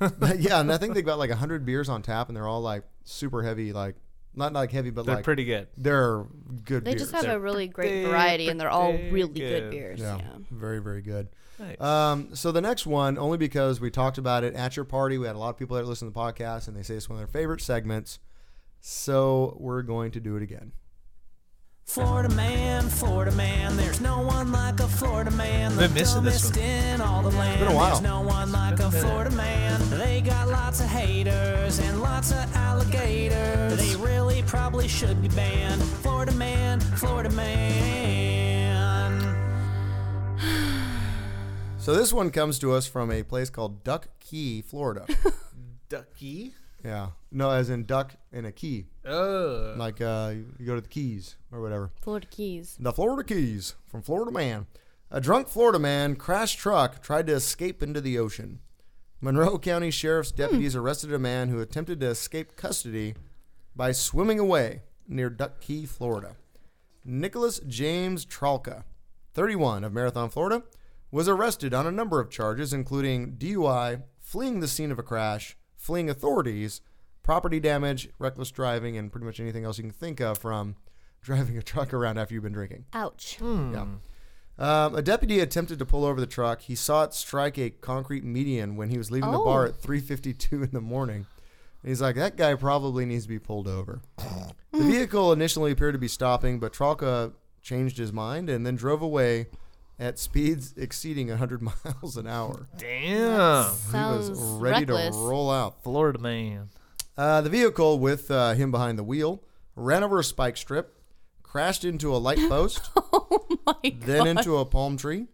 But yeah, and I think they've got like hundred beers on tap, and they're all like super heavy, like not like heavy, but They're like pretty good. They're good. they beers. just have a really great pretty, variety, and they're all pretty really good. good beers. Yeah, Yeah. very very good. Nice. Um, so the next one, only because we talked about it at your party, we had a lot of people that listen to the podcast, and they say it's one of their favorite segments. So we're going to do it again. Florida man, Florida man, there's no one like a Florida man. Been missing this dumbest one. in all the land. been a while. There's no one like a Florida man. They got lots of haters and lots of alligators. They really probably should be banned. Florida man, Florida man. So this one comes to us from a place called Duck Key, Florida. Ducky. yeah, no, as in duck and a key, Oh. like uh, you go to the Keys or whatever. Florida Keys. The Florida Keys from Florida Man. A drunk Florida man crashed truck, tried to escape into the ocean. Monroe County Sheriff's deputies arrested a man who attempted to escape custody by swimming away near Duck Key, Florida. Nicholas James Tralka, 31, of Marathon, Florida, was arrested on a number of charges, including DUI, fleeing the scene of a crash, fleeing authorities, property damage, reckless driving, and pretty much anything else you can think of from driving a truck around after you've been drinking. Ouch. Um, a deputy attempted to pull over the truck. He saw it strike a concrete median when he was leaving the bar Oh. at 3:52 in the morning. And he's like, "That guy probably needs to be pulled over." the vehicle initially appeared to be stopping, but Tralka changed his mind and then drove away at speeds exceeding 100 miles an hour. Damn. he was Sounds ready reckless. to roll out. Florida man. Uh, the vehicle with uh, him behind the wheel ran over a spike strip, crashed into a light post, then into a palm tree,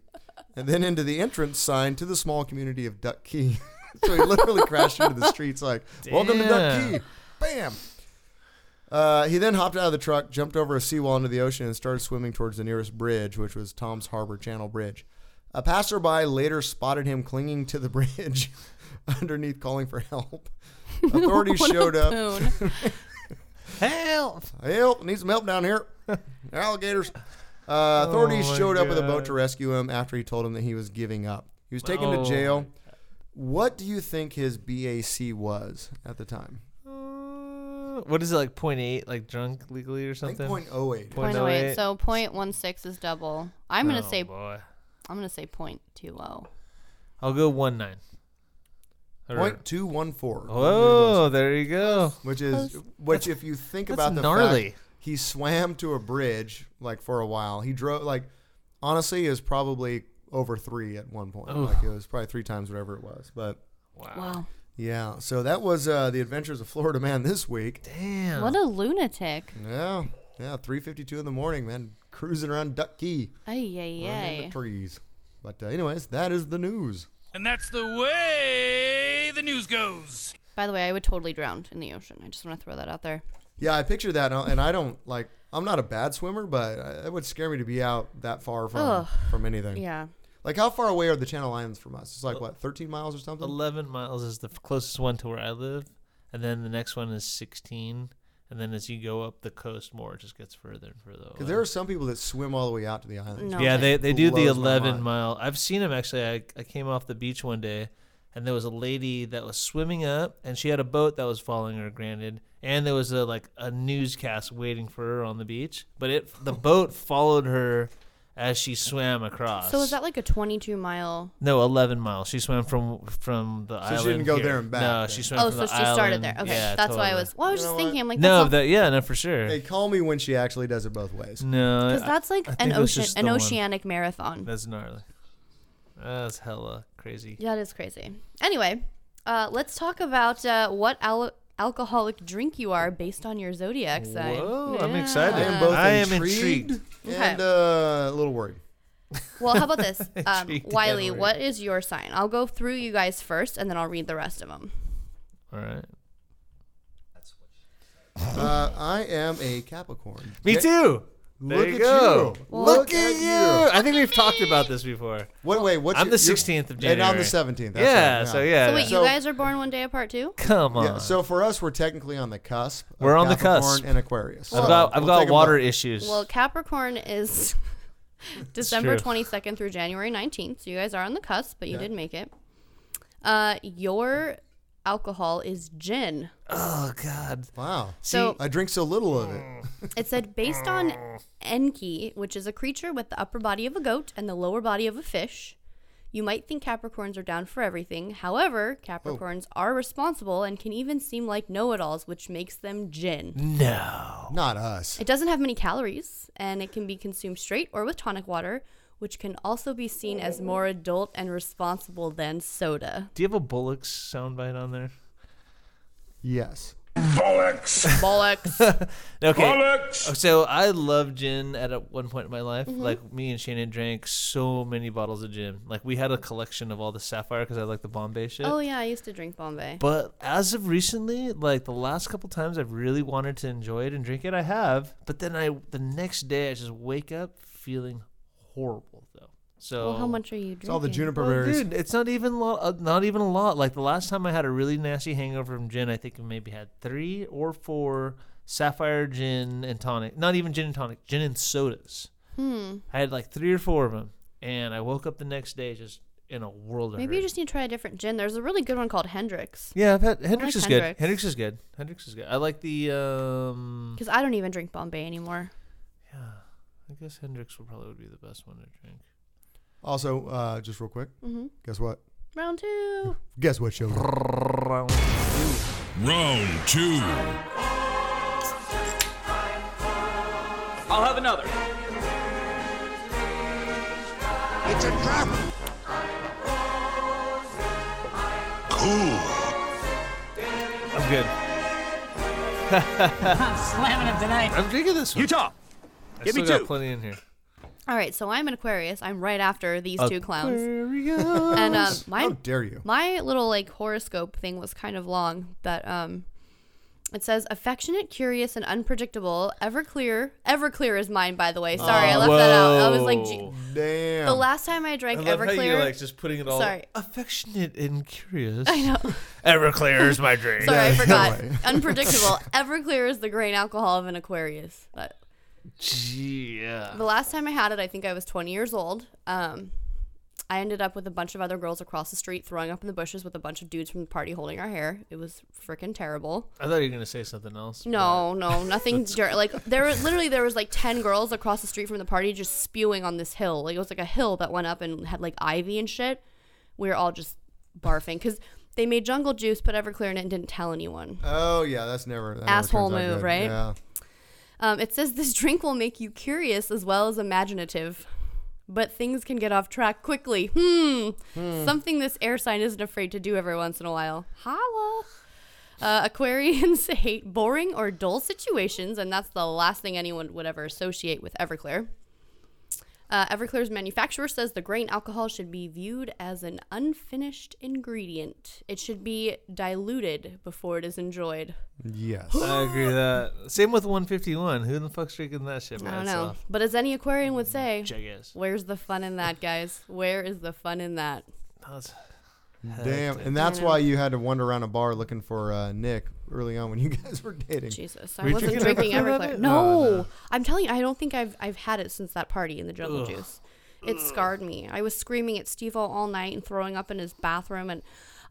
and then into the entrance sign to the small community of Duck Key. so he literally crashed into the streets like, "Welcome to Duck Damn. Key!" Bam. Uh, he then hopped out of the truck, jumped over a seawall into the ocean, and started swimming towards the nearest bridge, which was Tom's Harbor Channel Bridge. A passerby later spotted him clinging to the bridge underneath, calling for help. Authorities showed up. Boone. Help. Help! Need some help down here. Alligators. Uh, authorities Oh, my showed up with a boat God. to rescue him after he told him that he was giving up. He was taken Oh, to jail. What do you think his BAC was at the time? Uh, What is it like? Point eight, like drunk legally or I think something. 0.08. Point Point oh oh eight. eight. So point one six is double. I'm Oh, gonna say boy. I'm gonna say point two oh. I'll go one nine. Or- Point two one four. Oh, there you go. Which is which? If you think That's about the gnarly. fact he swam to a bridge like for a while. He drove like honestly it was probably over three at one point. Oof. Like it was probably three times whatever it was. But Wow. yeah, so that was uh, the Adventures of Florida Man this week. Damn. What a lunatic. Yeah, yeah, three fifty two in the morning, man, cruising around Duck Key, Ay running yay into yay. trees. But uh, anyways, that is the news. And that's the way the news goes. By the way, I would totally drown in the ocean. I just want to throw that out there. Yeah, I picture that, and I- and I don't like. I'm not a bad swimmer, but I- it would scare me to be out that far from Ugh. from anything. Yeah. Like, how far away are the Channel Islands from us? It's like what, 13 miles or something? Eleven miles is the f- closest one to where I live, and then the next one is sixteen, and then as you go up the coast more, it just gets further and further. Because away. there are some people that swim all the way out to the islands. yeah, they, they do the Blows my 11 mind. mile. I've seen them actually. I, I came off the beach one day and there was a lady that was swimming up and she had a boat that was following her, granted. And there was a like a newscast waiting for her on the beach, but it the boat followed her as she swam across. So is that like a 22 mile? no, eleven miles. She swam from from the island. she didn't go here. there and back, No, then. she swam. Oh, from so the she started island. there. Okay, Yeah, that's why I totally. was. Well, I was just thinking, I'm like, no, that's that yeah, no, for sure. Hey, call me when she actually does it both ways. no, because I- that's like I an think it was ocean, just an the one. oceanic marathon. That's gnarly. That's hella crazy. Yeah, that is crazy. Anyway, uh, let's talk about uh, what al- alcoholic drink you are based on your zodiac sign. Whoa, I'm Yeah. excited. I am both I am intrigued, intrigued. and uh, a little worried. Well, how about this, um, Intrigued Wiley? Edward. What is your sign? I'll go through you guys first, and then I'll read the rest of them. All right. Uh, I am a Capricorn. Me Yeah, too. Look there you at go. you. Look, Look at at you. you. I think we've talked about this before. What? Wait, what's I'm your- the your- 16th of January. and I'm the 17th. that's Yeah, right, Uh, so yeah. So wait, So- you guys are born one day apart too? Come on. Yeah, so for us, we're technically on the cusp. of Uh, We're on the Capricorn cusp. and Aquarius. I've So got, I've we'll got take a water vote. issues. Well, Capricorn is December true. 22nd through January 19th. So you guys are on the cusp, but you Okay. did make it. Uh, your alcohol is gin. oh God. Wow. So- I drink so little of it. Mm. It said based on Enki, which is a creature with the upper body of a goat and the lower body of a fish. You might think Capricorns are down for everything. However, Capricorns Oh. are responsible and can even seem like know it alls, which makes them gin. No. Not us. It doesn't have many calories, and it can be consumed straight or with tonic water, which can also be seen as more adult and responsible than soda. Do you have a Bullocks soundbite on there? Yes. Bollocks. Okay. Oh, So I love gin at a, one point in my life. Mm-hmm. Like me and Shannon drank so many bottles of gin. Like we had a collection of all the sapphire because I like the Bombay shit. oh yeah, I used to drink Bombay. But as of recently, like the last couple times I've really wanted to enjoy it and drink it, I have. But then I the next day I just wake up feeling horrible though. So well, how much are you drinking? Oh. It's all the juniper Well, berries. dude, it's not even lo- uh, not even a lot. Like the last time I had a really nasty hangover from gin, I think I maybe had three or four sapphire gin and tonic. Not even gin and tonic, gin and sodas. Hmm. I had like three or four of them, and I woke up the next day just in a world of Maybe you hurt. just need to try a different gin. There's a really good one called Hendrix. Yeah, I've had Hendrix is Hendrix. good. Hendrix is good. Hendrix is good. I like the um Because I don't even drink Bombay anymore. I guess Hendrix would probably would be the best one to drink. Also, uh, just real quick, Mm-hmm. guess what? Round two. Guess what show? Round two. I'll have another. It's a trap. Cool. I'm good. I'm slamming him tonight. I'm drinking this one. Utah. I give me still got two. plenty in here. All right, so I'm an Aquarius. I'm right after these two clowns. Aquarius. And um, mine How dare you? My little like horoscope thing was kind of long, but um it says affectionate, curious, and unpredictable. Everclear. Everclear is mine, by the way. Sorry, I left that out. I was like, gee- Whoa. Damn. the last time I drank I love how Everclear. you're like just putting it all Sorry. affectionate and curious. I know. Everclear is my drink. Sorry, I no forgot. way. unpredictable. Everclear is the grain alcohol of an Aquarius. But Gee, yeah. the last time I had it, I think I was 20 years old. Um, I ended up with a bunch of other girls across the street throwing up in the bushes with a bunch of dudes from the party holding our hair. It was freaking terrible. I thought you were gonna say something else. No, no, nothing. Dur- like there, were, literally, there was like ten girls across the street from the party just spewing on this hill. Like it was like a hill that went up and had like ivy and shit. We were all just barfing because they made jungle juice, put Everclear in it, and didn't tell anyone. Oh yeah, that's never that never Asshole turns out move, good. right? Yeah. Um, it says this drink will make you curious as well as imaginative, but things can get off track quickly. Hmm. Hmm. Something this air sign isn't afraid to do every once in a while. Holla. Uh, Aquarians hate boring or dull situations, and that's the last thing anyone would ever associate with Everclear. Uh, Everclear's manufacturer says the grain alcohol should be viewed as an unfinished ingredient. It should be diluted before it is enjoyed. Yes. I agree with that. Same with 151. Who the fuck's drinking that shit? by I don't know. itself? But as any aquarian would say, Jackass. where's the fun in that, guys? Where is the fun in that? Damn, and that's why you had to wander around a bar looking for uh, Nick early on when you guys were dating. Jesus, I Were you wasn't drinking Everclear? Everclear. No, I'm telling you, I don't think I've I've had it since that party in the jungle Ugh. juice. It scarred me. I was screaming at Steve all night and throwing up in his bathroom, and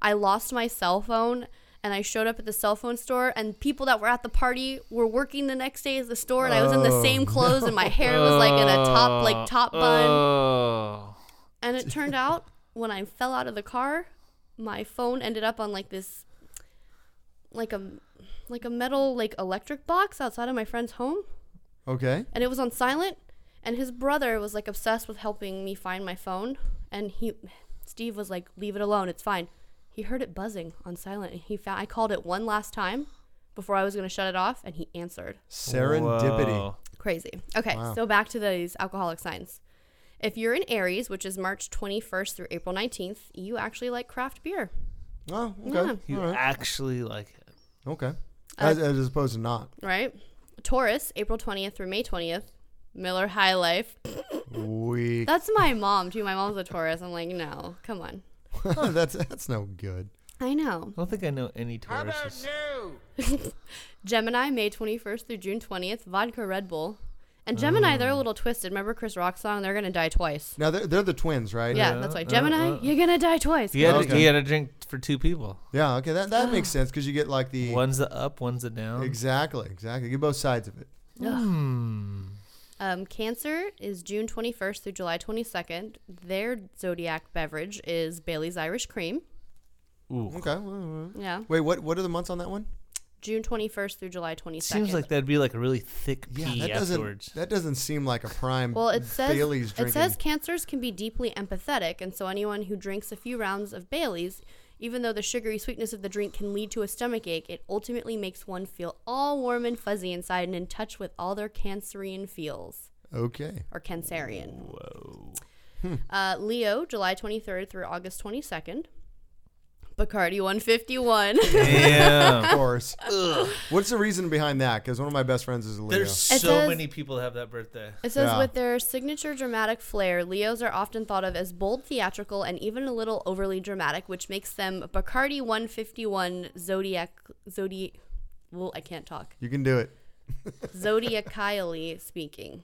I lost my cell phone. And I showed up at the cell phone store, and people that were at the party were working the next day at the store, and I was in the Oh, same clothes, and my no. hair was like in a top like top bun. Oh. And it turned out when I fell out of the car, my phone ended up on like this like a like a metal like electric box outside of my friend's home Okay. and it was on silent and his brother was like obsessed with helping me find my phone and he Steve was like leave it alone it's fine. He heard it buzzing on silent and he found I called it one last time before I was going to shut it off and he answered. Serendipity. Whoa. Crazy. Okay, Wow. so back to these alcoholic signs. If you're in Aries, which is March 21st through April 19th, you actually like craft beer. Oh, Yeah. okay. You All right. actually like it. Okay. As, as opposed to not. Right? Taurus, April 20th through May 20th, Miller High Life. Uh, Weak. That's my mom, too. My mom's a Taurus. I'm like, no, come on. that's that's no good. I know. I don't think I know any Tauruses. Gemini, May 21st through June 20th, vodka Red Bull. And Gemini, Oh. they're a little twisted. Remember Chris Rock's song? They're going to die twice. Now they're, they're the twins, right? Yeah, that's uh, why. Gemini, you're going to die twice. He had, Okay. he had a drink for two people. Yeah, okay, that, that makes sense because you get like the one's the up, one's the down. Exactly, exactly. You get both sides of it. Ugh. Hmm. Um, cancer is June 21st through July 22nd. Their zodiac beverage is Bailey's Irish Cream. Ooh. Okay. well, all right. Yeah. Wait, what what are the months on that one? June 21st through July 22nd. Seems like that'd be like a really thick pee Yeah, that doesn't afterwards. that doesn't seem like a prime. well, it says Bailey's it drinking. says cancers can be deeply empathetic, and so anyone who drinks a few rounds of Bailey's, even though the sugary sweetness of the drink can lead to a stomach ache, it ultimately makes one feel all warm and fuzzy inside and in touch with all their cancerian feels okay. or cancerian. Whoa. Uh, Leo, July 23rd through August 22nd. Bacardi 151. Um. of course. What's the reason behind that? Because one of my best friends is a Leo. There's It so says- many people that have that birthday. It says Yeah. with their signature dramatic flair, Leos are often thought of as bold, theatrical, and even a little overly dramatic, which makes them Bacardi 151 zodiac zodiac. Well, I can't talk. You can do it. Zodiacally speaking.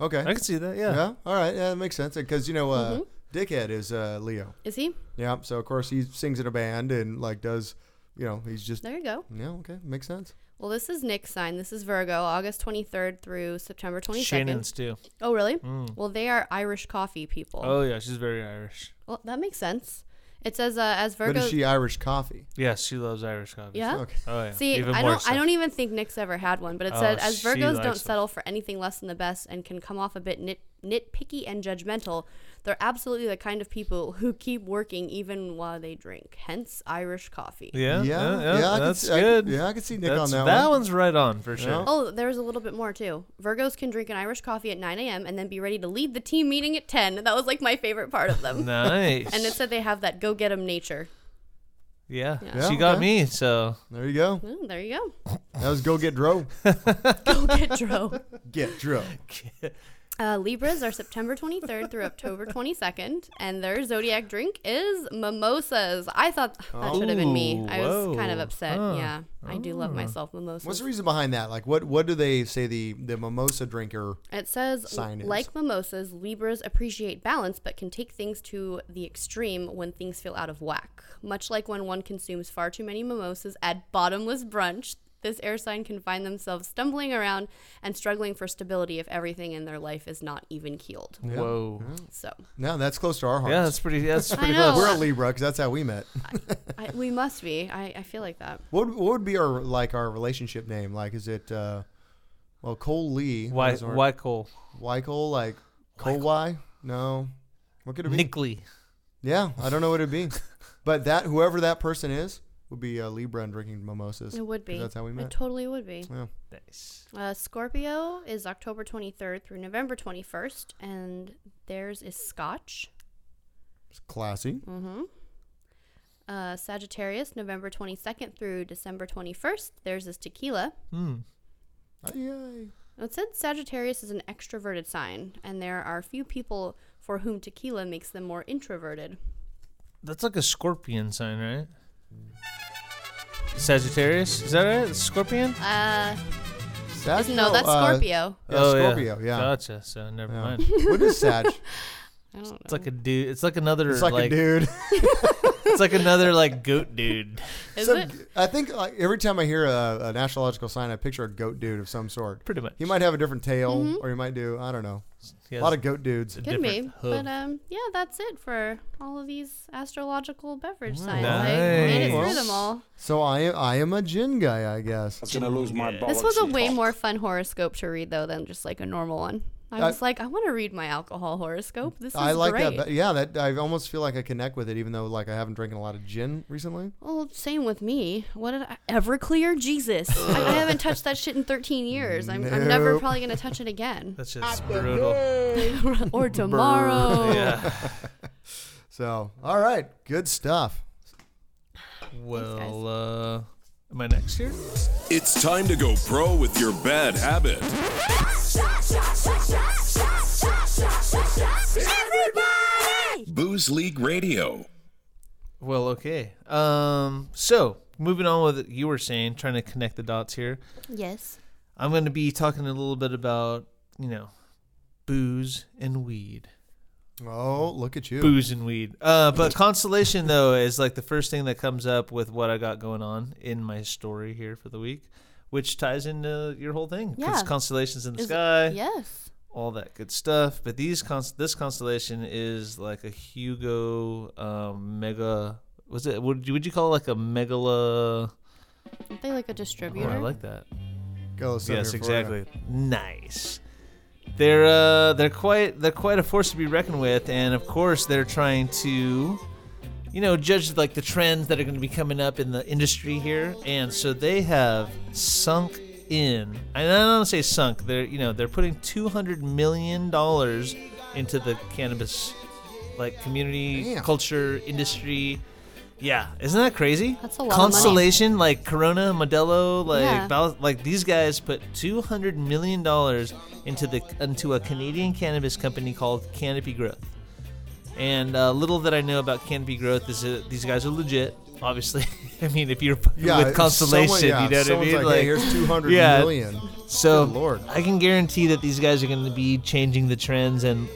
Okay. I can see that, yeah. Yeah. All right. Yeah, that makes sense. Because you know, Mm-hmm. uh, Dickhead is uh, Leo. Is he? Yeah. So of course he sings in a band and like does, you know, he's just. There you go. Yeah. Okay. Makes sense. Well, this is Nick's sign. This is Virgo, August 23rd through September 22nd. Shannon's too. Oh, really? Mm. Well, they are Irish coffee people. Oh yeah, she's very Irish. Well, that makes sense. It says uh, as Virgo. But is she Irish coffee? Yes, she loves Irish coffee. Yeah. Oh yeah. See, Even I more don't. so. I don't e- even think Nick's ever had one. But it Oh, said, as she Virgos likes don't them. settle for anything less than the best and can come off a bit nit, nitpicky and judgmental, they're absolutely the kind of people who keep working even while they drink. Hence, Irish coffee. Yeah, Yeah. Yeah. yeah, I can that's see- I- good. yeah, I can see Nick That's- on that That one. one's right on for sure. Oh, there's a little bit more too. Virgos can drink an Irish coffee at 9 a.m. and then be ready to lead the team meeting at 10. That was like my favorite part of them. Nice. And it said they have that go get 'em nature. Yeah. Yeah. She got okay. me. So There you go. Ooh, there you go. That was go get dro. Go get Dro. Get dro. Uh, Libras are September 23rd through October 22nd, and their zodiac drink is mimosas. I thought that should have been me. I was kind of Ooh, upset. whoa. Yeah, I do love Ah. myself mimosas. What's the reason behind that? Like, what what do they say the the mimosa drinker? It says, sign is? like mimosas, Libras appreciate balance but can take things to the extreme when things feel out of whack. Much like when one consumes far too many mimosas at bottomless brunch, this air sign can find themselves stumbling around and struggling for stability if everything in their life is not even keeled. Yeah. Whoa. Yeah. So No, that's close to our hearts. Yeah, that's pretty- that's I pretty know. We're a Libra because that's how we met. I, we must be. I, I feel like that. What would, what would be our like our relationship name? Like, is it uh, well Cole Lee? Why- is our- why Cole? Why Cole? Like Cole Y? No. What could it be? Nick Lee. Yeah, I don't know what it'd be, but that whoever that person is would be uh, Libra and drinking mimosas. It would 'cause be. That's how we met. It totally would be. Yeah. Nice. Uh, Scorpio is October 23rd through November 21st, and theirs is Scotch. It's classy. Mm-hmm. Uh, Sagittarius, November 22nd through December 21st. Theirs is tequila. Hmm. It said Sagittarius is an extroverted sign, and there are few people for whom tequila makes them more introverted. That's like a scorpion sign, right? Sagittarius? Is that right? Scorpion? Uh, Sag- no, that's uh, Scorpio. yeah, Scorpio, yeah. Oh, Gotcha. So never Yeah. mind. What is Sag? It's like a dude. It's like another. It's like a dude. it's like another like goat dude. Is it? I think like every time I hear a, an astrological sign, I picture a goat dude of some sort. Pretty much. He might have a different tail, Mm-hmm. or he might do. I don't know. Yeah, a lot of goat dudes. Could be. But um, yeah, that's it for all of these astrological beverage signs. I made it through them all. So I am, I am a gin guy, I guess. I'm gonna lose my This was a way more fun horoscope to read though than just like a normal one. I I- was like, I want to read my alcohol horoscope. This is I like great. that. But yeah, that I almost feel like I connect with it, even though like I haven't drinking a lot of gin recently. Well, same with me. What did I Everclear? Jesus, I, I haven't touched that shit in 13 years. I'm, I'm never Nope. probably gonna touch it again. That's just brutal. or tomorrow. Yeah. so all right, good stuff. Well, uh, am I next here? It's time to go pro with your bad habit. Booze League Radio. Well, okay. Um, so moving on with what you were saying, trying to connect the dots here. Yes. I'm going to be talking a little bit about you know, booze and weed. Oh, look at you. Booze and weed. Uh, but constellation though is like the first thing that comes up with what I got going on in my story here for the week, which ties into your whole thing. 'cause Yeah. constellations in the Is- sky. Yes. All that good stuff. But these const- this constellation is like a Hugo um, mega. Was it? Would you, would you call it like a megala? Aren't they like a Oh, distributor? I like that. Go yes, exactly. Nice. They're uh, they're quite they're quite a force to be reckoned with, and of course they're trying to, you know, judge like the trends that are going to be coming up in the industry here, and so they have sunk in. And I don't want to say sunk. They're you know they're putting two hundred million dollars into the cannabis like community Damn. culture industry. Yeah, isn't that crazy? That's a lot of money. Constellation, like Corona, Modelo, like Yeah. Bal- like these guys put two hundred million dollars into the into a Canadian cannabis company called Canopy Growth. And uh, little that I know about Canopy Growth is uh, these guys are legit. Obviously, I mean if you're fucking Yeah, with if Constellation, someone- yeah, you know if what I mean? someone's like, hey, here's 200 million. So Good lord. I can guarantee that these guys are going to be changing the trends and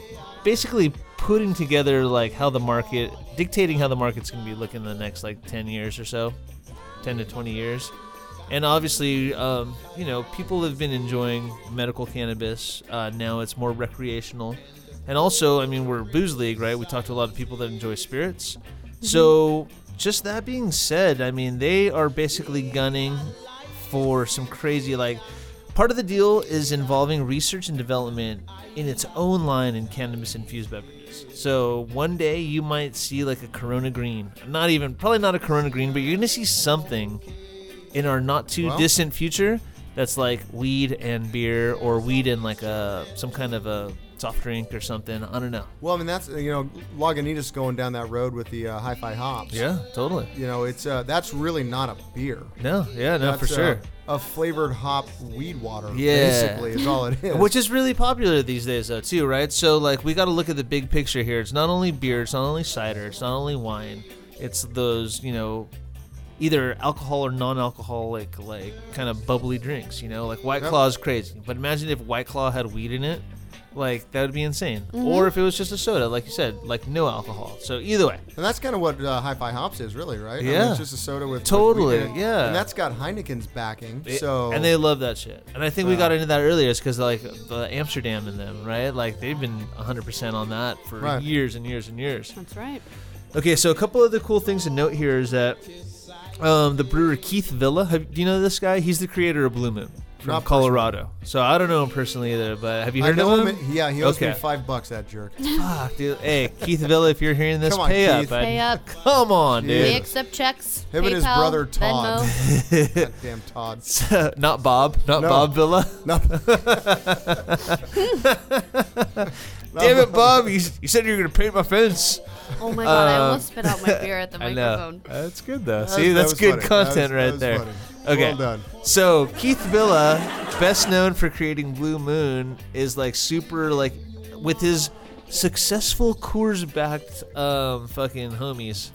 basically putting together like how the market dictating how the market's going to be looking in the next like 10 years or so 10 to 20 years and obviously um, you know people have been enjoying medical cannabis uh, now it's more recreational and also i mean we're a booze league right we talk to a lot of people that enjoy spirits so just that being said i mean they are basically gunning for some crazy like Part of the deal is involving research and development in its own line in cannabis infused beverages. So one day you might see like a Corona Green. Not even, probably not a Corona Green, but you're going to see something in our not too Well- distant future that's like weed and beer or weed and like a some kind of a soft drink or something. I don't know. Well, I mean that's you know Lagunitas going down that road with the uh, hi-fi hops. Yeah, totally. You know it's uh, that's really not a beer. No, yeah, no, for That's, uh, sure. A flavored hop weed water. Yeah, basically is all it is. Which is really popular these days, though, too, right? So, like, we got to look at the big picture here. It's not only beer, it's not only cider, it's not only wine. It's those, you know, either alcohol or non-alcoholic, like kind of bubbly drinks. You know, like White Yep. Claw is crazy, but imagine if White Claw had weed in it. Like that would be insane, Mhm. or if it was just a soda, like you said, like no alcohol. So either way, and that's kind of what uh, Hi-Fi Hops is, really, right? I mean, Yeah. it's just a soda with with Totally, weed in it. yeah. And that's got Heineken's backing. It- so Uh. and they love that shit. And I think we Yeah. got into that earlier, is because like the Amsterdam and them, right? Like they've been 100 percent on that for Right. years and years and years. That's right. Okay, so a couple of the cool things to note here is that um, the brewer Keith Villa. Have, do you know this guy? He's the creator of Blue Moon from Not Colorado. So I don't know him personally either, but have you I heard know of him. him? Yeah, he owes okay. me five bucks. That jerk. Fuck, dude. Hey, Keith Villa, if you're hearing this, Come on, pay Keith. up. bud. Pay up. Come on, dude. We accept checks. Him PayPal, and his brother Todd. Venmo. Goddamn Todd. So, not Bob, not No. Bob Villa. No. Damn it, Bob! You, you said you were gonna paint my fence. Oh my God, I almost Um, spit out my beer at the I know. microphone. That's good though. That See, was- that that's was good funny. That was- content that right was there. funny. Okay. Well done. So Keith Villa, best known for creating Blue Moon, is like super like with his successful Coors backed um fucking homies.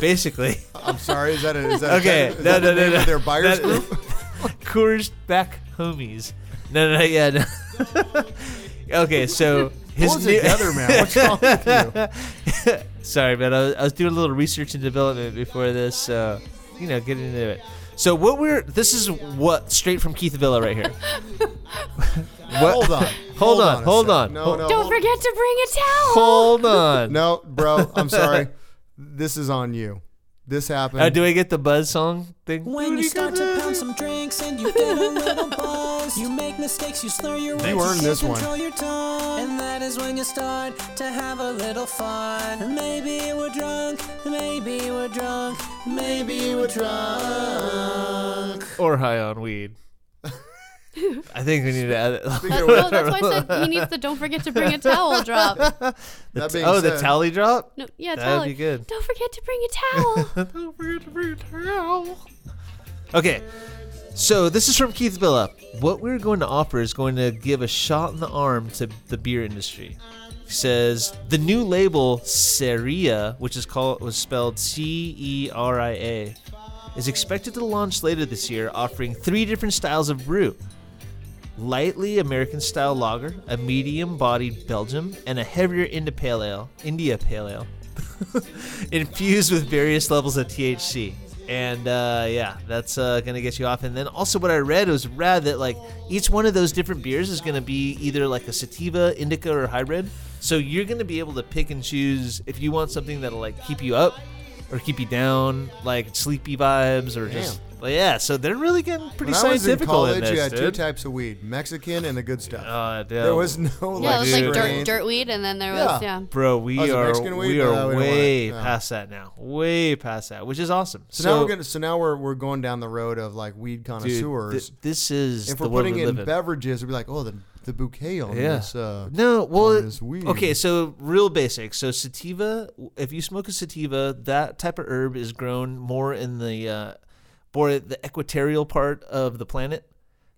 Basically. I'm sorry. Is that a, is that okay. A, is no, that no, the no, name no. of their buyers That- group? Coors back homies. No, no, no yeah. No. okay, so his Hold it together, man. What's wrong with you? Sorry, man. I was, I was doing a little research and development before this, so you know, getting into it. So what we're this is what straight from Keith Villa right here. What- Hold on. hold on, a hold sec. on. No, Hold- no. Don't hold- forget to bring a towel. Hold on. No, bro. I'm sorry. This is on you. This happened. Uh, do I get the buzz song thing? When you start to pound some drinks and you get a little buzz, you make mistakes, you slur your words, You earned can't this one. control your tongue, and that is when you start to have a little fun. And maybe we're drunk, maybe we're drunk, maybe we're drunk. Or high on weed. I think we need to add it. That's, Uh, no, that's why I said he needs the don't forget to bring a towel drop. The That t- being oh, the said- tally drop? No, yeah, That towel. would be good. Don't forget to bring a towel. Don't forget to bring a towel. Okay. So this is from Keith Villa. What we're going to offer is going to give a shot in the arm to the beer industry. He says the new label Seria, which is called was spelled C E R I A, is expected to launch later this year, offering three different styles of brew lightly American style lager, a medium bodied Belgium, and a heavier India pale ale, India pale ale, infused with various levels of THC. And uh, yeah, that's uh, gonna get you off. And then also, what I read was rad that like each one of those different beers is gonna be either like a sativa, indica, or hybrid. So you're gonna be able to pick and choose if you want something that'll like keep you up or keep you down, like sleepy vibes or just yeah. So they're really getting pretty when I was in scientific college, in this, you had two dude. types of weed: Mexican and the good stuff. Uh, yeah. There was no yeah, it was like dirt, strain. dirt weed, and then there was yeah. Bro, we Oh, is it are Mexican weed? we No, are we don't want way it. No. past that now. Way past that, which is awesome. So, now we're gonna. So now we're we're going down the road of like weed connoisseurs. th- this is if the we're world putting we it in live in. beverages, we'd be like, oh, the the bouquet on Yeah. this. Uh, no, well, on this weed. okay. So real basic. So sativa. If you smoke a sativa, that type of herb is grown more in the uh, more the equatorial part of the planet.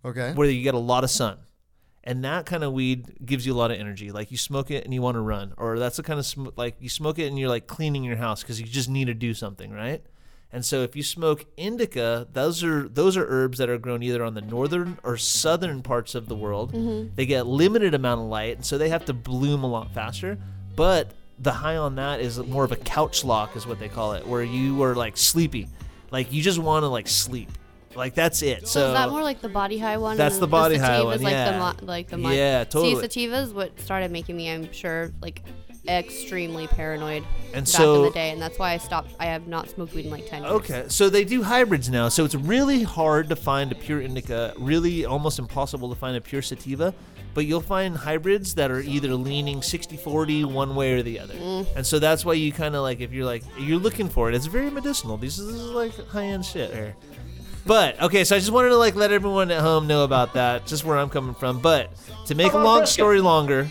Okay. where you get a lot of sun. And that kind of weed gives you a lot of energy. Like you smoke it and you want to run, or that's the kind of sm- like you smoke it and you're like cleaning your house because you just need to do something, right? And so if you smoke indica, those are those are herbs that are grown either on the northern or southern parts of the world. Mm-hmm. Mhm. They get limited amount of light, and so they have to bloom a lot faster. But the high on that is more of a couch lock, is what they call it, where you are like sleepy, like you just want to like sleep, like that's it. So, So, is that more like the body high one? That's and the body high sativa one, Is like yeah. the mo- like the mo- Yeah, totally. See, sativa is what started making me, I'm sure, like extremely paranoid And back in so- the day, and that's why I stopped. I have not smoked weed in like ten years. Okay, so they do hybrids now. So it's really hard to find a pure indica, really almost impossible to find a pure sativa, but you'll find hybrids that are either leaning 60/40 one way or the other. Mm. And so that's why you kind of like if you're like you're looking for it, it's very medicinal. This is, this is like high-end shit here. But okay, so I just wanted to like let everyone at home know about that, just where I'm coming from. But to make a Come on, long Briscoe. story longer,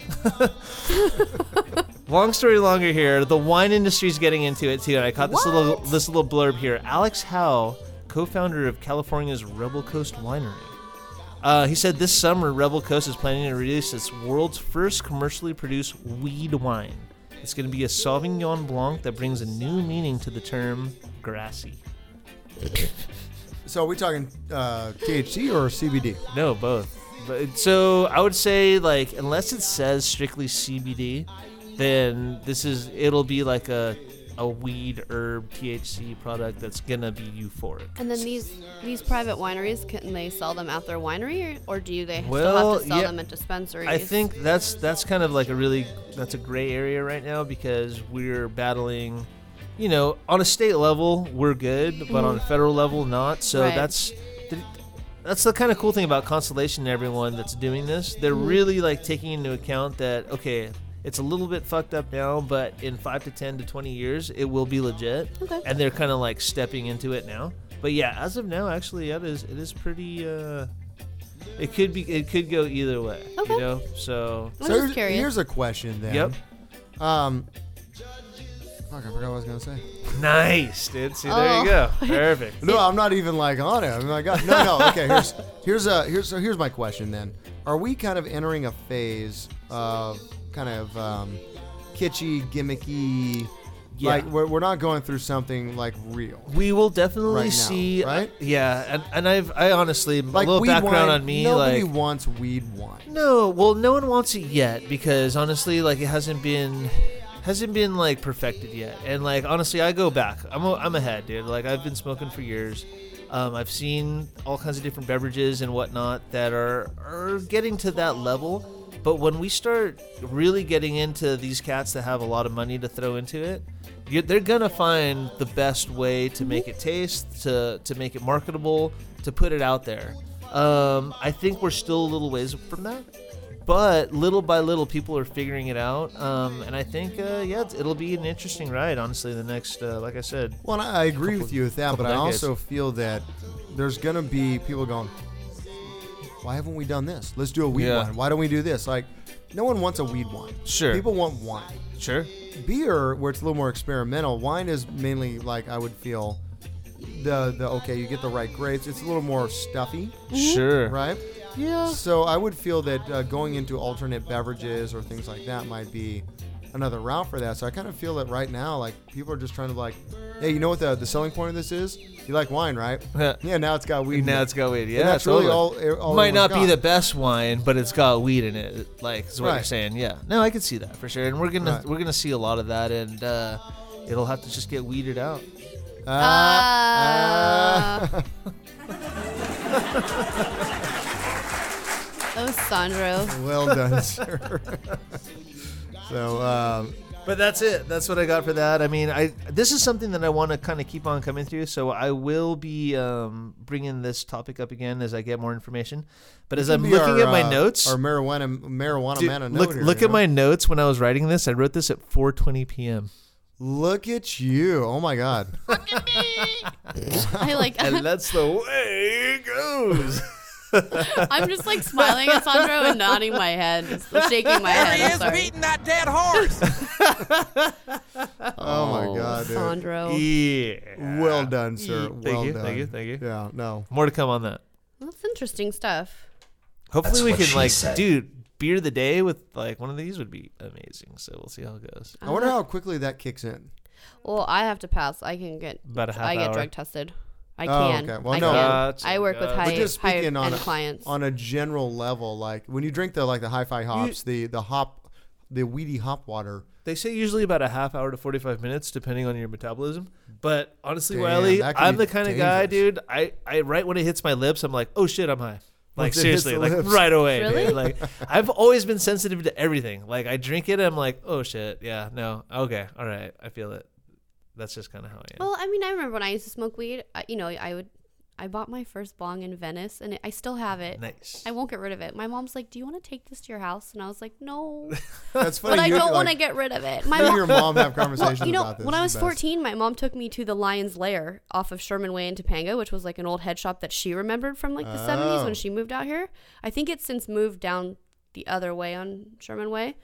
long story longer here, the wine industry's getting into it too, and I caught this little this little blurb here. Alex Howe, co-founder of California's Rebel Coast Winery. Uh, he said this summer, Rebel Coast is planning to release its world's first commercially produced weed wine. It's going to be a Sauvignon Blanc that brings a new meaning to the term grassy. So are we talking uh, THC or CBD? No, both. But, so I would say like unless it says strictly CBD, then this is it'll be like a a weed herb THC product that's gonna be euphoric. And then these these private wineries can they sell them at their winery or, or do they still Well, have to sell yeah, them at dispensaries? I think that's that's kind of like a really that's a gray area right now because we're battling, you know, on a state level we're good, but on a Mhm. federal level not. So Right. that's th- that's the kind of cool thing about Constellation and everyone that's doing this. They're Mhm. really like taking into account that okay, it's a little bit fucked up now, but in 5 to 10 to 20 years it will be legit. Okay. And they're kind of like stepping into it now. But yeah, as of now actually it is it is pretty uh it could be it could go either way. Okay. You know? So so here's, here's a question then. Yep. Um, fuck, I forgot what I was gonna say. Nice, dude. See, there you go. Perfect. No, I'm not even like on it. I'm like, no, no. Okay, here's here's a here's so here's my question then. Are we kind of entering a phase of kind of um, kitschy, gimmicky? Yeah. Like we're, we're not going through something like real. We will definitely Right now, see uh, right? yeah, and, and I've I honestly Like a little weed background wine, on me Nobody like wants weed wine. No, well, no one wants it yet because honestly, like it hasn't been, hasn't been like perfected yet. And like honestly, I go back. I'm a, I'm ahead, dude. Like I've been smoking for years. Um, I've seen all kinds of different beverages and whatnot that are are getting to that level. But when we start really getting into these cats that have a lot of money to throw into it, you they're gonna find the best way to make it taste, to to make it marketable, to put it out there. Um, I think we're still a little ways from that, but little by little, people are figuring it out. Um, and I think, uh, yeah, it's- it'll be an interesting ride. Honestly, the next, uh, like I said. Well, and I agree couple- with you with that, couple but I decades. also feel that there's gonna be people going, "Why haven't we done this? Let's do a weed Yeah. wine. Why don't we do this?" Like, no one wants a weed wine. Sure. people want wine. Sure. Beer, where it's a little more experimental. Wine is mainly like I would feel the the okay, you get the right grapes. It's a little more stuffy. Mhm. Sure. Right. Yeah. So I would feel that uh, going into alternate beverages or things like that might be another route for that. So I kind of feel that right now, like people are just trying to like, hey, you know what the, the selling point of this is? You like wine, right? yeah. Now it's got weed. in Now it. it's got weed. And Yeah, that's really all. eh, totally. all Might not everyone's be got. the best wine, but it's got weed in it. Like is what you're Right. saying. Yeah. No, I can see that for sure. And we're gonna Right. we're gonna see a lot of that, and uh, it'll have to just get weeded out. Uh, Ah. Oh, Sandro. well done, sir. so, um, but that's it. That's what I got for that. I mean, I this is something that I want to kind of keep on coming through. So I will be um, bringing this topic up again as I get more information. But You as can I'm be looking our, at my uh, notes, our marijuana marijuana Dude, man of look note here, look you at know? my notes when I was writing this. I wrote this at 4:20 p.m. Look at you! Oh my God. I like. and that's the way it goes. I'm just like smiling at Sandro and nodding my head, just shaking my head. There he I'm is sorry. beating that dead horse. Oh my God, dude. Sandro. Yeah. Well done, sir. Thank well you, done. thank you, thank you. Yeah, no. More to come on that. That's interesting stuff. That's Hopefully we what can she like, said. dude, beer of the day with like one of these would be amazing. So we'll see how it goes. Uh-huh. I wonder how quickly that kicks in. Well, I have to pass. I can get. About a half I get hour. drug tested. I Oh, can. okay. Well, I no. can. Gotcha, I work with gotcha. high, But just high speaking end on a, clients. on a general level, like when you drink the like the hi-fi hops, the the hop, the weedy hop water. They say usually about a half hour to 45 minutes, depending on your metabolism. But honestly, Damn, Wiley, that could I'm be the kind of guy, dude. I, I right when it hits my lips, I'm like, oh shit, I'm high. Like Once it hits seriously, the like lips. right away. Really? Dude. Like I've always been sensitive to everything. Like I drink it, I'm like, oh shit, yeah, no, okay, all right, I feel it. That's just kind of how I am. Well, I mean, I remember when I used to smoke weed. I, you know, I would I bought my first bong in Venice, and it, I still have it. Nice. I won't get rid of it. My mom's like, "Do you want to take this to your house?" And I was like, "No." That's funny. But I you- don't want to like- get rid of it. you and mo- your mom have Well, conversations you know, about this. when I It's was the best. 14, my mom took me to the Lion's Lair off of Sherman Way in Topanga, which was like an old head shop that she remembered from like the 70s Oh. when she moved out here. I think it's since moved down the other way on Sherman Way.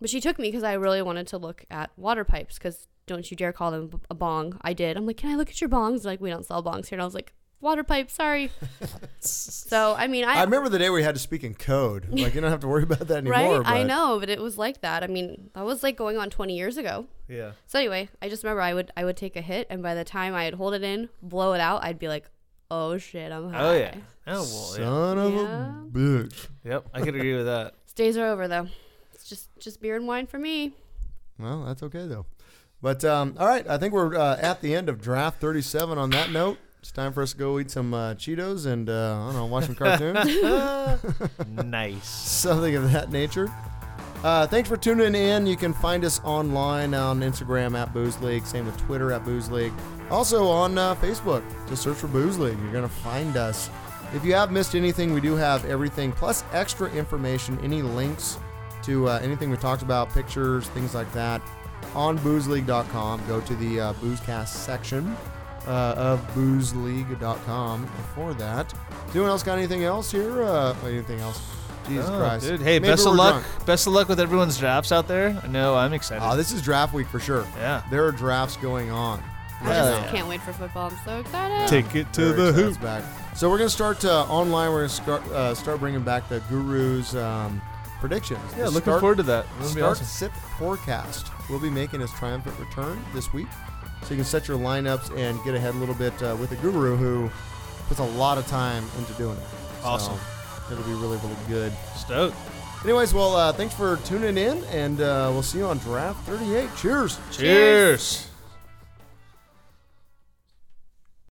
But she took me because I really wanted to look at water pipes because don't you dare call them b- a bong. I did. I'm like, can I look at your bongs? Like, we don't sell bongs here. And I was like, water pipe, sorry. so, I mean, I, I remember the day we had to speak in code. Like you don't have to worry about that anymore. Right? I but- know, but it was like that. I mean, that was like going on 20 years ago. Yeah. So anyway, I just remember I would I would take a hit, and by the time I'd hold it in, blow it out, I'd be like, "Oh shit, I'm high." Oh yeah. Oh well. yeah. Son of Yeah. a bitch. Yep. I could agree with that. Stays are over though. It's just just beer and wine for me. Well, that's okay though. But um, all right, I think we're uh, at the end of draft 37. On that note, it's time for us to go eat some uh, Cheetos and uh, I don't know, watch some cartoons. nice. Something of that nature. Uh, thanks for tuning in. You can find us online on Instagram at Booze League, same with Twitter at Booze League. Also on uh, Facebook, just search for Booze League. You're going to find us. If you have missed anything, we do have everything plus extra information, any links to uh, anything we talked about, pictures, things like that, on boozeleague.com. Go to the uh, boozecast section uh, of boozeleague.com for that. Does anyone else got anything else here? Uh, anything else? Jesus Oh, Christ. Dude. Hey, Maybe best of we're luck. drunk. Best of luck with everyone's drafts out there. I know I'm excited. Oh, this is draft week for sure. Yeah. There are drafts going on. I Right just now. can't wait for football. I'm so excited. Take it to Very the excited hoop. it's Back. So we're gonna start uh, online. We're gonna start uh, start bringing back the guru's um, predictions. The Yeah, looking start- forward to that. That'll be Start awesome. sip forecast. We'll be making his triumphant return this week, so you can set your lineups and get ahead a little bit uh, with the guru who puts a lot of time into doing it. So Awesome. it'll be really really good. Stoked. Anyways, well, uh, thanks for tuning in, and uh, we'll see you on draft 38. Cheers. Cheers.